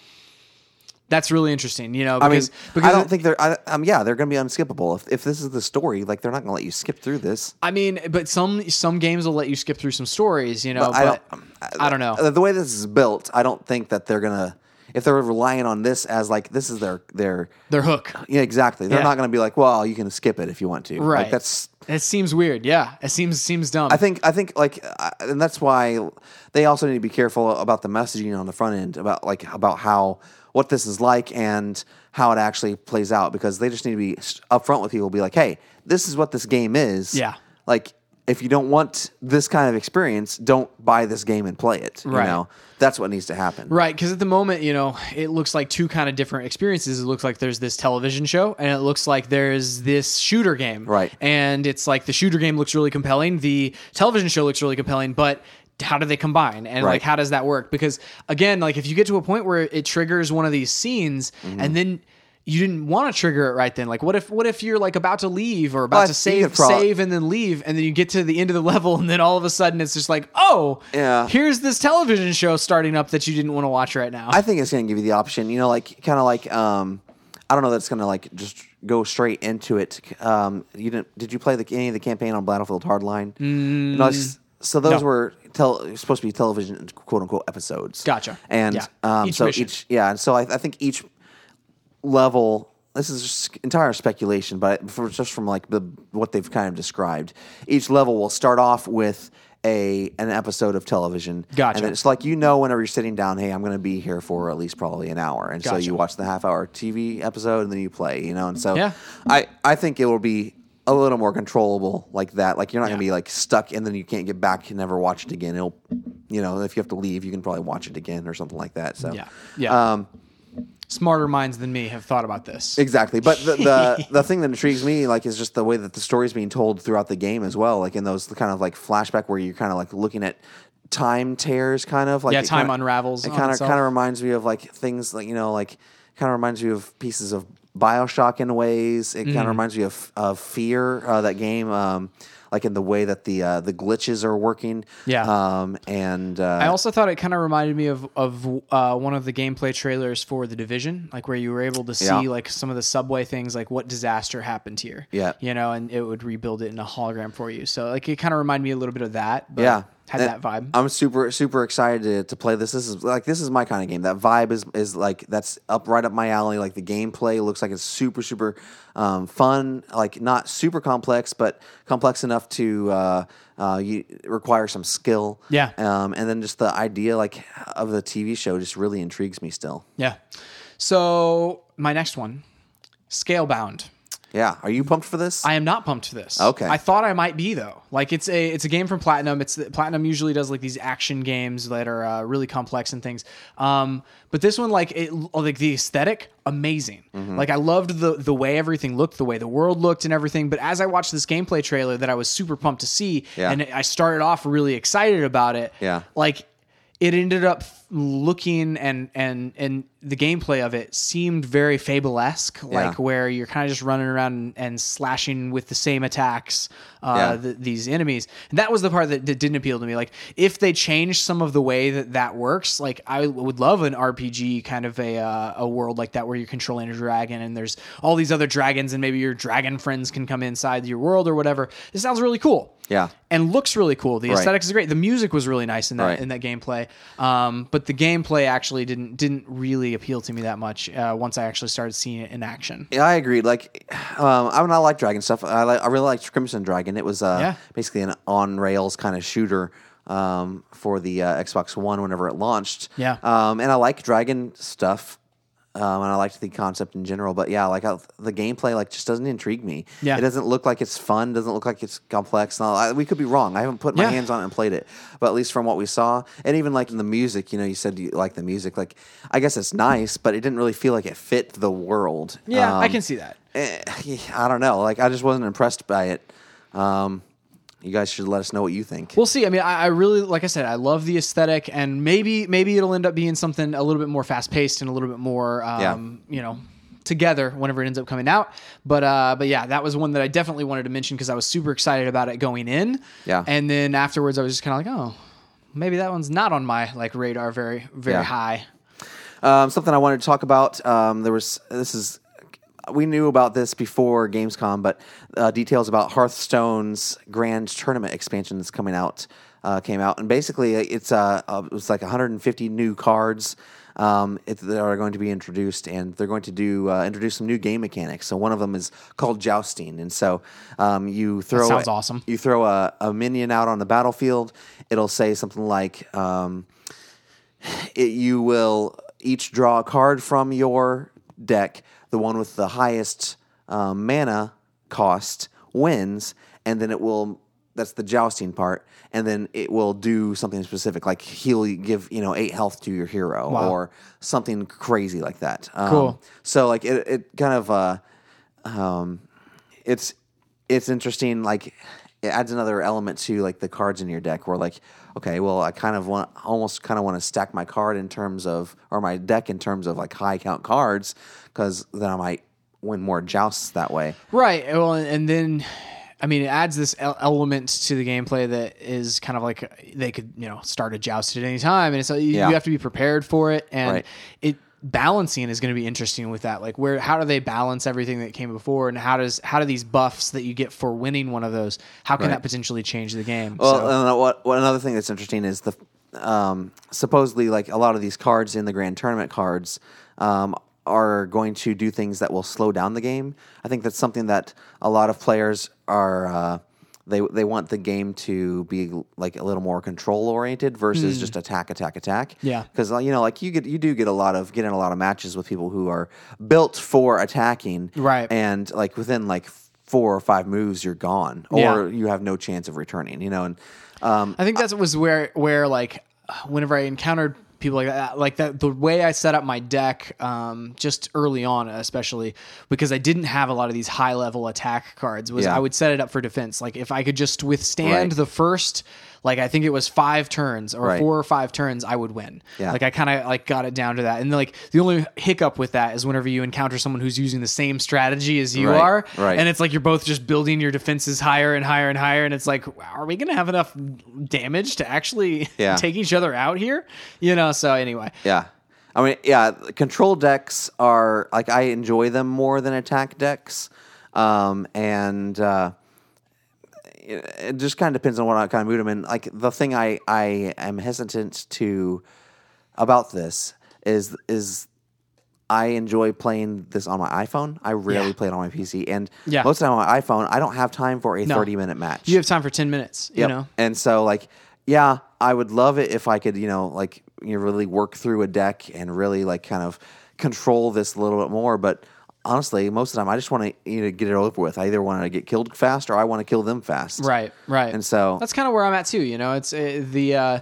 that's really interesting. You know,
I mean,
because because
I don't think they're. I, um, yeah, they're going to be unskippable. If, if this is the story, like they're not going to let you skip through this.
I mean, but some some games will let you skip through some stories. You know,
I don't.
but I don't know.
Uh, The, the way this is built, I don't think that they're going to. If they're relying on this as like this is their their.
Their hook.
Yeah, exactly. They're
Yeah.
not going to be like, well, you can skip it if you want to.
Right.
Like that's.
It seems weird. Yeah, it seems seems dumb.
I think I think like, I- and that's why they also need to be careful about the messaging on the front end about like about how what this is like and how it actually plays out because they just need to be s- upfront with people. Be like, hey, this is what this game is.
Yeah.
Like, if you don't want this kind of experience, don't buy this game and play it.
Right.
You know, that's what needs to happen.
Right, because at the moment, you know, it looks like two kind of different experiences. It looks like there's this television show, and it looks like there's this shooter game.
Right.
and it's like the shooter game looks really compelling, the television show looks really compelling, but how do they combine and like
Right.
how does that work? Because again, like if you get to a point where it triggers one of these scenes,
Mm-hmm.
and then you didn't want to trigger it right then. Like, what if what if you're like about to leave or about
Well, I
to
think
save
it prob-
save and then leave, and then you get to the end of the level, and then all of a sudden it's just like, oh,
Yeah.
here's this television show starting up that you didn't want to watch right now.
I think it's going to give you the option, you know, like kind of like um, I don't know that's going to like just go straight into it. Um, you didn't? Did you play the, any of the campaign on Battlefield Hardline? Mm, so those
no.
were tel- supposed to be television quote unquote episodes.
Gotcha.
And
Yeah.
um,
Each
so
mission.
each yeah, and so I, I think each level. This is just entire speculation, but for, just from like the what they've kind of described, each level will start off with a an episode of television.
Gotcha.
And then it's like you know whenever you're sitting down, hey, I'm going to be here for at least probably an hour, and so
Gotcha.
you watch the half hour TV episode and then you play, you know, and so
Yeah.
I I think it will be a little more controllable like that. Like you're not going to
Yeah.
be like stuck and then you can't get back and never watch it again. It'll you know if you have to leave, you can probably watch it again or something like that. So
yeah, yeah.
Um,
Smarter minds than me have thought about this.
Exactly, but the, the the thing that intrigues me like is just the way that the story's being told throughout the game as well. Like in those kind of like flashback where you're kind of like looking at time tears, kind of like
Yeah,
it
time
kinda-
unravels
It
on
kind of
itself.
kind of reminds me of like things like you know like kind of reminds me of pieces
Mm.
of Bioshock in ways. It kind of reminds me of of Fear uh, that game. Um, like in the way that the uh, the glitches are working.
Yeah.
Um, and uh,
I also thought it kind of reminded me of of uh, one of the gameplay trailers for the division, like where you were able to see
Yeah.
like some of the subway things, like what disaster happened here.
Yeah.
you know, and it would rebuild it in a hologram for you. So like it kind of reminded me a little bit of that. But
yeah,
had
And
that vibe.
I'm super super excited to, to play this. This is like this is my kind of game. That vibe is is like that's up right up my alley. Like the gameplay looks like it's super super um, fun. Like not super complex, but complex enough to uh, uh, you require some skill.
Yeah.
Um, and then just the idea like of the TV show just really intrigues me still.
yeah. So my next one, Scalebound.
Yeah. Are you pumped for this?
I am not pumped for this.
Okay.
I thought I might be though. Like it's a it's a game from Platinum. It's Platinum usually does like these action games that are uh, really complex and things. Um, but this one like it oh, like the aesthetic amazing.
Mm-hmm.
Like I loved the the way everything looked, the way the world looked and everything. But as I watched this gameplay trailer that I was super pumped to see,
Yeah.
and I started off really excited about it.
Yeah.
Like it ended up looking and and and the gameplay of it seemed very fable esque, like where you're kind of just running around and, and slashing with the same attacks uh,
Yeah.
th- these enemies. And that was the part that, that didn't appeal to me. Like if they change some of the way that that works, like I would love an RPG kind of a uh, a world like that where you're controlling a dragon and there's all these other dragons and maybe your dragon friends can come inside your world or whatever. This sounds really cool
yeah.
and looks really cool. The
Right.
aesthetics is great. The music was really nice in that
Right.
in that gameplay. Um, but the gameplay actually didn't didn't really appeal to me that much uh, once I actually started seeing it in action.
Yeah, I agree. Like, um, I mean, I like Dragon stuff. I like, I really liked Crimson Dragon. It was uh,
Yeah.
basically an on rails kind of shooter um, for the uh, Xbox One whenever it launched.
Yeah.
Um, and I like Dragon stuff. Um, and I liked the concept in general, but yeah, like I, the gameplay, like just doesn't intrigue me.
Yeah.
it doesn't look like it's fun. Doesn't look like it's complex. And all. I, we could be wrong. I haven't put my
Yeah.
hands on it and played it, but at least from what we saw, and even like in the music, you know, you said you like the music. Like, I guess it's nice, but it didn't really feel like it fit the world.
Yeah, I
Um,
can see that.
eh, I don't know. Like I just wasn't impressed by it. Um, you guys should let us know what you think.
We'll see. I mean, I, I really, like I said, I love the aesthetic, and maybe maybe it'll end up being something a little bit more fast paced and a little bit more, um, you know, together whenever it ends up coming out. But uh, but yeah, that was one that I definitely wanted to mention because I was super excited about it going in.
Yeah.
And then afterwards, I was just kind of like, oh, maybe that one's not on my like radar very very
Yeah.
high.
Um, something I wanted to talk about. Um, there was this is we knew about this before Gamescom, but uh, details about Hearthstone's grand tournament expansion that's coming out uh, came out, and basically it's uh, uh, it's like 150 new cards. Um, it, that are going to be introduced, and they're going to do uh, introduce some new game mechanics. So one of them is called jousting, and so um, you throw
sounds awesome.
You throw a, a minion out on the battlefield. It'll say something like, um, it, you will each draw a card from your deck. The one with the highest um, mana cost wins, and then it will. That's the jousting part, and then it will do something specific, like he'll give you know eight health to your hero or something crazy like that. Um,
Cool.
So like it, it kind of uh, it's it's interesting like it adds another element to like the cards in your deck where like okay well i kind of want almost kind of want to stack my card in terms of or my deck in terms of like high count cards because then i might win more jousts that way
Right. Well, and then, I mean, it adds this el- element to the gameplay that is kind of like they could, you know, start a joust at any time, and it's like you,
Yeah.
you have to be prepared for it, and
Right.
it balancing is going to be interesting with that. Like, where how do they balance everything that came before, and how does how do these buffs that you get for winning one of those, how can that potentially change the game?
well
So-
and uh, what, what another thing that's interesting is the um, supposedly like a lot of these cards in the grand tournament cards um, are going to do things that will slow down the game i think that's something that a lot of players are uh, they they want the game to be like a little more control oriented versus just attack attack attack
Hmm. Yeah.
because you know like you get you do get a lot of get in a lot of matches with people who are built for attacking
Right.
and like within like four or five moves you're gone or
Yeah.
you have no chance of returning you know and um,
I think that was where where like whenever I encountered people like that, like that the way I set up my deck, um, just early on, especially because I didn't have a lot of these high level attack cards, was
Yeah.
I would set it up for defense. Like if I could just withstand
Right.
the first Like I think it was five turns or
Right.
four or five turns, I would win.
Yeah.
Like I kind of like got it down to that. And like the only hiccup with that is whenever you encounter someone who's using the same strategy as you
Right,
are,
right.
and it's like you're both just building your defenses higher and higher and higher, and it's like, are we gonna have enough damage to actually
Yeah.
take each other out here? You know. So anyway,
Yeah. I mean, yeah, control decks are like I enjoy them more than attack decks. Um, and uh, it, it just kind of depends on what kind of mood I'm in. Like the thing I, I am hesitant to about this is is I enjoy playing this on my iPhone. I rarely
Yeah.
play it on my PC. And
Yeah.
most of the time on my iPhone, I don't have time for a 30 minute match.
you have time for ten minutes. You
Yep.
know.
And so like, yeah, I would love it if I could, you know, like you know, really work through a deck and really like kind of control this a little bit more. But honestly, most of the time I just want to you know get it over with. I either want to get killed fast or I want to kill them fast.
Right, right.
And so
that's kind of where I'm at too. You know, it's uh, the uh,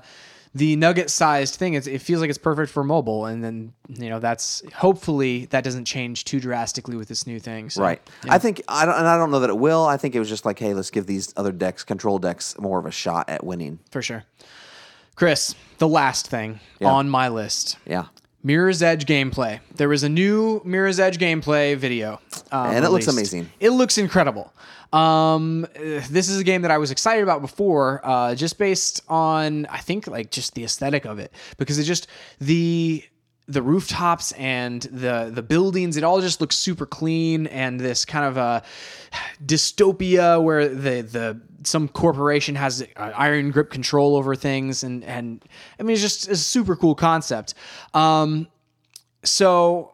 the nugget sized thing. It's, it feels like it's perfect for mobile, and then you know that's hopefully that doesn't change too drastically with this new thing. So,
Right. I think I don't, and I don't know that it will. I think it was just like, hey, let's give these other decks, control decks, more of a shot at winning.
for sure. Chris, the last thing on my list.
Yeah.
Mirror's Edge gameplay. There was a new Mirror's Edge gameplay video. um,
And it looks
released.
amazing.
It looks incredible. Um, uh, this is a game that I was excited about before, uh, just based on I think like just the aesthetic of it, because it just the the rooftops and the the buildings it all just looks super clean and this kind of uh dystopia where the the some corporation has uh, iron grip control over things and and i mean it's just a super cool concept um so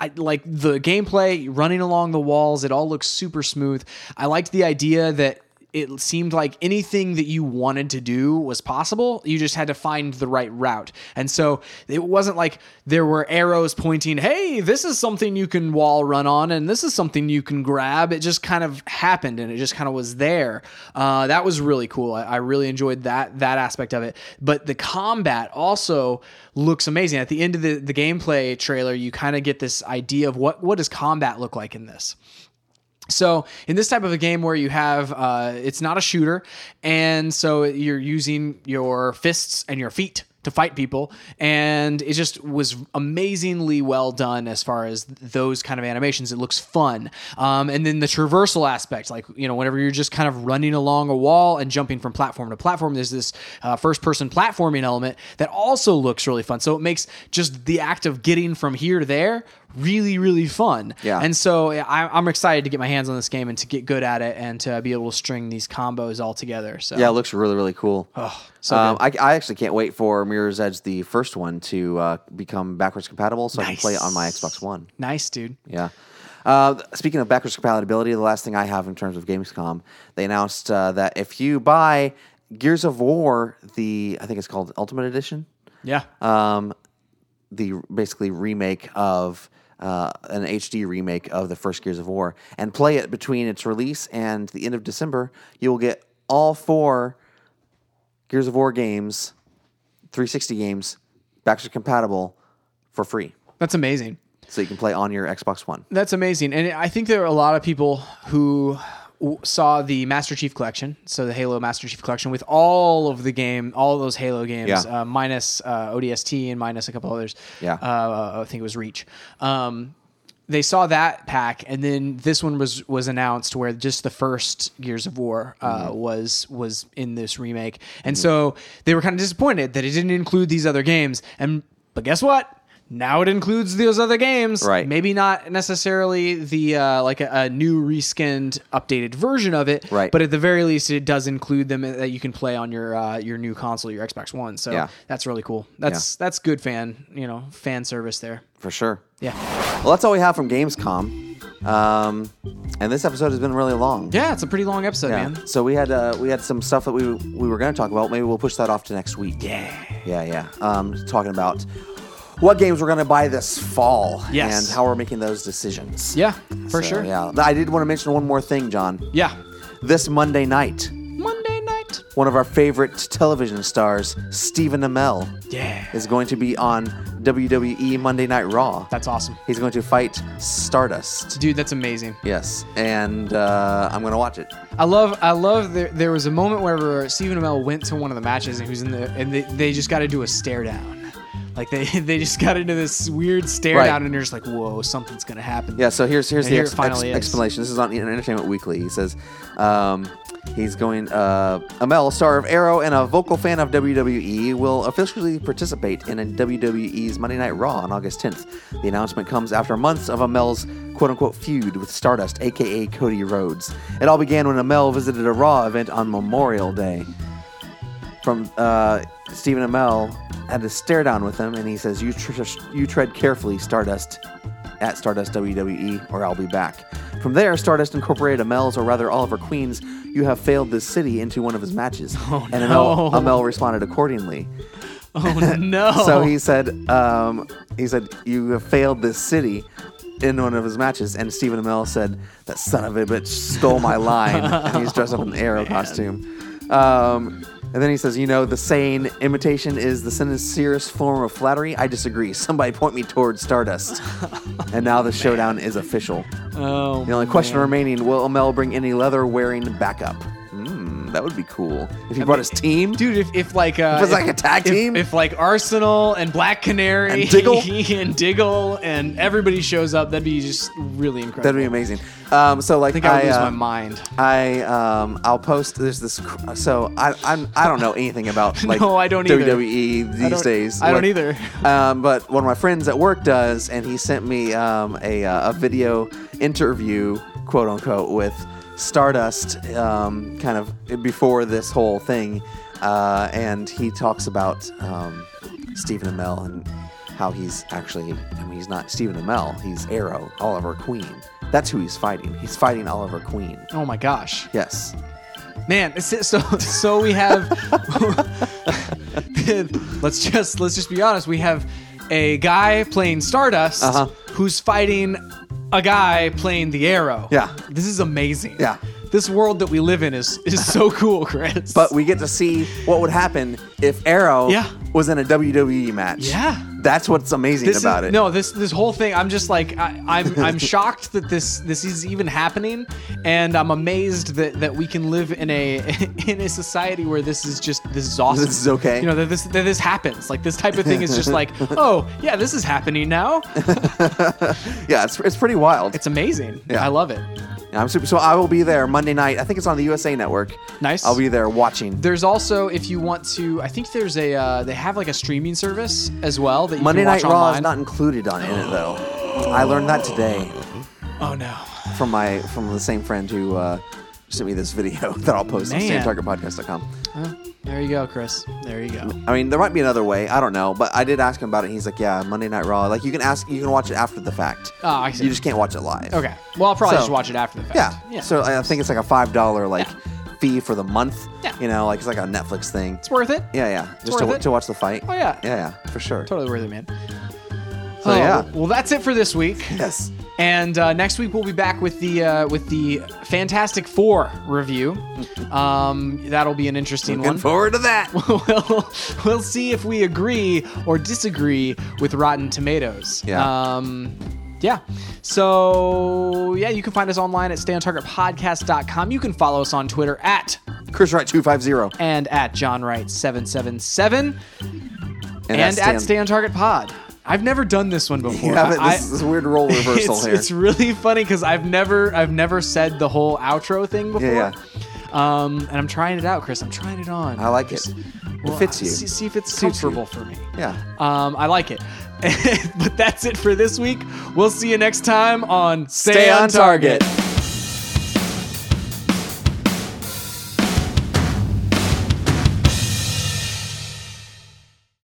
I like the gameplay running along the walls. It all looks super smooth. I liked the idea that it seemed like anything that you wanted to do was possible. You just had to find the right route. And so it wasn't like there were arrows pointing, hey, this is something you can wall run on and this is something you can grab. It just kind of happened and it just kind of was there. Uh, that was really cool. I, I really enjoyed that that aspect of it. But the combat also looks amazing. At the end of the, the gameplay trailer, you kind of get this idea of what what does combat look like in this. So in this type of a game where you have, uh, it's not a shooter, and so you're using your fists and your feet to fight people, and it just was amazingly well done as far as th- those kind of animations. It looks fun, um, and then the traversal aspect, like you know, whenever you're just kind of running along a wall and jumping from platform to platform, there's this uh, first-person platforming element that also looks really fun. So it makes just the act of getting from here to there really, really fun.
Yeah.
And so I, I'm excited to get my hands on this game and to get good at it and to be able to string these combos all together. So
Yeah, it looks really, really cool.
so
um, I, I actually can't wait for Mirror's Edge, the first one, to uh, become backwards compatible so I can play it on my Xbox One.
nice, dude.
Yeah. Uh, speaking of backwards compatibility, the last thing I have in terms of Gamescom, they announced uh, that if you buy Gears of War, the I think it's called Ultimate Edition,
Yeah.
um, the basically remake of uh, an HD remake of the first Gears of War, and play it between its release and the end of December, you will get all four Gears of War games, 360 games, backwards compatible for free,
That's amazing.
so you can play on your Xbox One.
That's amazing. And I think there are a lot of people who w- saw the Master Chief Collection, so the Halo Master Chief Collection with all of the game, all those Halo games,
Yeah.
uh, minus uh, ODST and minus a couple others.
Yeah.
Uh, I think it was Reach. Um, they saw that pack, and then this one was was announced, where just the first Gears of War uh,
Mm-hmm.
was was in this remake, and so they were kind of disappointed that it didn't include these other games. And but guess what? Now it includes those other games.
Right.
Maybe maybe not necessarily the uh, like a, a new reskinned updated version of it
Right.
but at the very least it does include them that you can play on your uh, your new console your xbox one so
Yeah.
that's really cool that's that's good fan you know fan service there
For sure.
yeah
Well, that's all we have from Gamescom, um, and this episode has been really long.
yeah it's a pretty long episode
Yeah.
man
So we had uh, we had some stuff that we we were going to talk about. Maybe we'll push that off to next week.
yeah
Yeah, yeah. Um, talking about what games we're going to buy this fall.
Yes.
And how we're making those decisions.
yeah for
So,
sure
Yeah. I did want to mention one more thing, John.
yeah
This Monday night,
monday night
one of our favorite television stars, Stephen Amell,
Yeah.
is going to be on WWE Monday Night Raw.
That's awesome.
He's going to fight Stardust.
Dude, that's amazing.
Yes, and uh, I'm going to watch it.
I love, I love. There, there was a moment wherever Stephen Amell went to one of the matches, and he was in the, and they, they just got to do a stare down, like they, they just got into this weird stare
Right.
down, and you're just like, whoa, something's gonna happen.
Yeah, so here's here's
And
the
here
ex-
it finally
ex-
is.
explanation. This is on Entertainment Weekly. He says um, he's going. Uh, Amel, star of Arrow and a vocal fan of WWE, will officially participate in a WWE's Monday Night Raw on August 10th. The announcement comes after months of Amel's quote unquote feud with Stardust, aka Cody Rhodes. It all began when Amel visited a Raw event on Memorial Day from uh, Stephen Amell had a stare down with him, and he says, "You tr- you tread carefully, Stardust." At Stardust WWE, or I'll be back. From there, Stardust incorporated Amell's, or rather Oliver Queen's, "You Have Failed This City" into one of his matches, and Amell,
no.
Amell responded accordingly.
Oh no.
So he said, um, "He said you have failed this city." In one of his matches, and Stephen Amell said, "That son of a bitch stole my line," and he's dressed up
Oh,
in an arrow costume. Um, and then he says, "You know, the saying, imitation is the sincerest form of flattery. I disagree. Somebody point me towards Stardust." and now the showdown is official.
oh,
The only question remaining: Will Amell bring any leather-wearing backup?
Hmm,
Mm, that would be cool if he brought his team.
dude, if, if like uh,
If it's like a tag
if-
team?
if, like Arsenal and Black Canary
And Diggle?
and Diggle and everybody shows up, that'd be just really incredible.
That'd be amazing. Um, so like
I think I would lose
uh,
my mind.
I um I'll post there's this cr- so I I'm I don't know anything about like
No, I don't either.
WWE
I
these
don't-
days.
I don't
Like,
either.
Um, but one of my friends at work does, and he sent me um a uh, a video interview quote unquote with Stardust um kind of before this whole thing, uh, and he talks about um Stephen Amell and how he's actually I mean he's not Stephen Amell he's Arrow Oliver Queen that's who he's fighting he's fighting Oliver Queen.
Oh my gosh.
Yes.
Man, it's- so so we have. let's just let's just be honest. We have a guy playing Stardust
Uh-huh.
who's fighting a guy playing the Arrow.
Yeah.
this is amazing.
Yeah.
this world that we live in is is so cool, Chris.
But we get to see what would happen if Arrow
Yeah.
was in a WWE match.
Yeah.
That's what's amazing
this
about
is,
it.
No, this this whole thing. I'm just like I, I'm I'm shocked that this this is even happening, and I'm amazed that that we can live in a in a society where this is just this is awesome.
This is okay.
You know that this that this happens. Like this type of thing is just like oh yeah, this is happening now.
Yeah, it's, it's pretty wild.
It's amazing.
Yeah.
I love it.
I'm super. So I will be there Monday night. I think it's on the USA Network.
Nice.
I'll be there watching.
There's also if you want to, I think there's a uh, they have like a streaming service as well that you
Monday
can watch
Night Raw
online.
is not included on in it though. I learned that today
oh no.
from my from the same friend who uh, sent me this video that I'll post
Man.
on SameTargetPodcast.com.
Huh? There you go, Chris. There you go.
I mean, there might be another way. I don't know, but I did ask him about it. He's like, "Yeah, Monday Night Raw. Like, you can ask, you can watch it after the fact.
Oh, I see.
You just can't watch it live.
Okay. Well, I'll probably
So-
just watch it after the fact.
Yeah. So I I think it's like a five dollar like fee for the month.
Yeah.
You know, like it's like a Netflix thing.
it's worth it.
Yeah, yeah. Just
worth
to,
it.
to watch the fight.
Oh, yeah.
Yeah, yeah, for sure.
totally worth it, man. Oh,
So yeah.
Well, that's it for this week.
Yes.
And uh, next week we'll be back with the uh, with the Fantastic Four review. Um, that'll be an interesting
Looking
one.
forward to that.
we'll we'll see if we agree or disagree with Rotten Tomatoes.
Yeah.
Um, yeah. So yeah, you can find us online at stayontargetpodcast.com. You can follow us on Twitter at
Chris Wright two five zero
and at John Wright seven seven seven and
that's
at Stay on Target Pod. I've never done this one before.
Yeah, but
I-
this is a weird role reversal
it's,
here.
it's really funny because I've never I've never said the whole outro thing before.
yeah.
Um, and I'm trying it out, Chris. I'm trying it on.
I like it.
Well,
it fits you.
See, see if it's
Suits you.
comfortable for me.
Yeah.
Um, I like it. but that's it for this week. We'll see you next time on
Stay on target.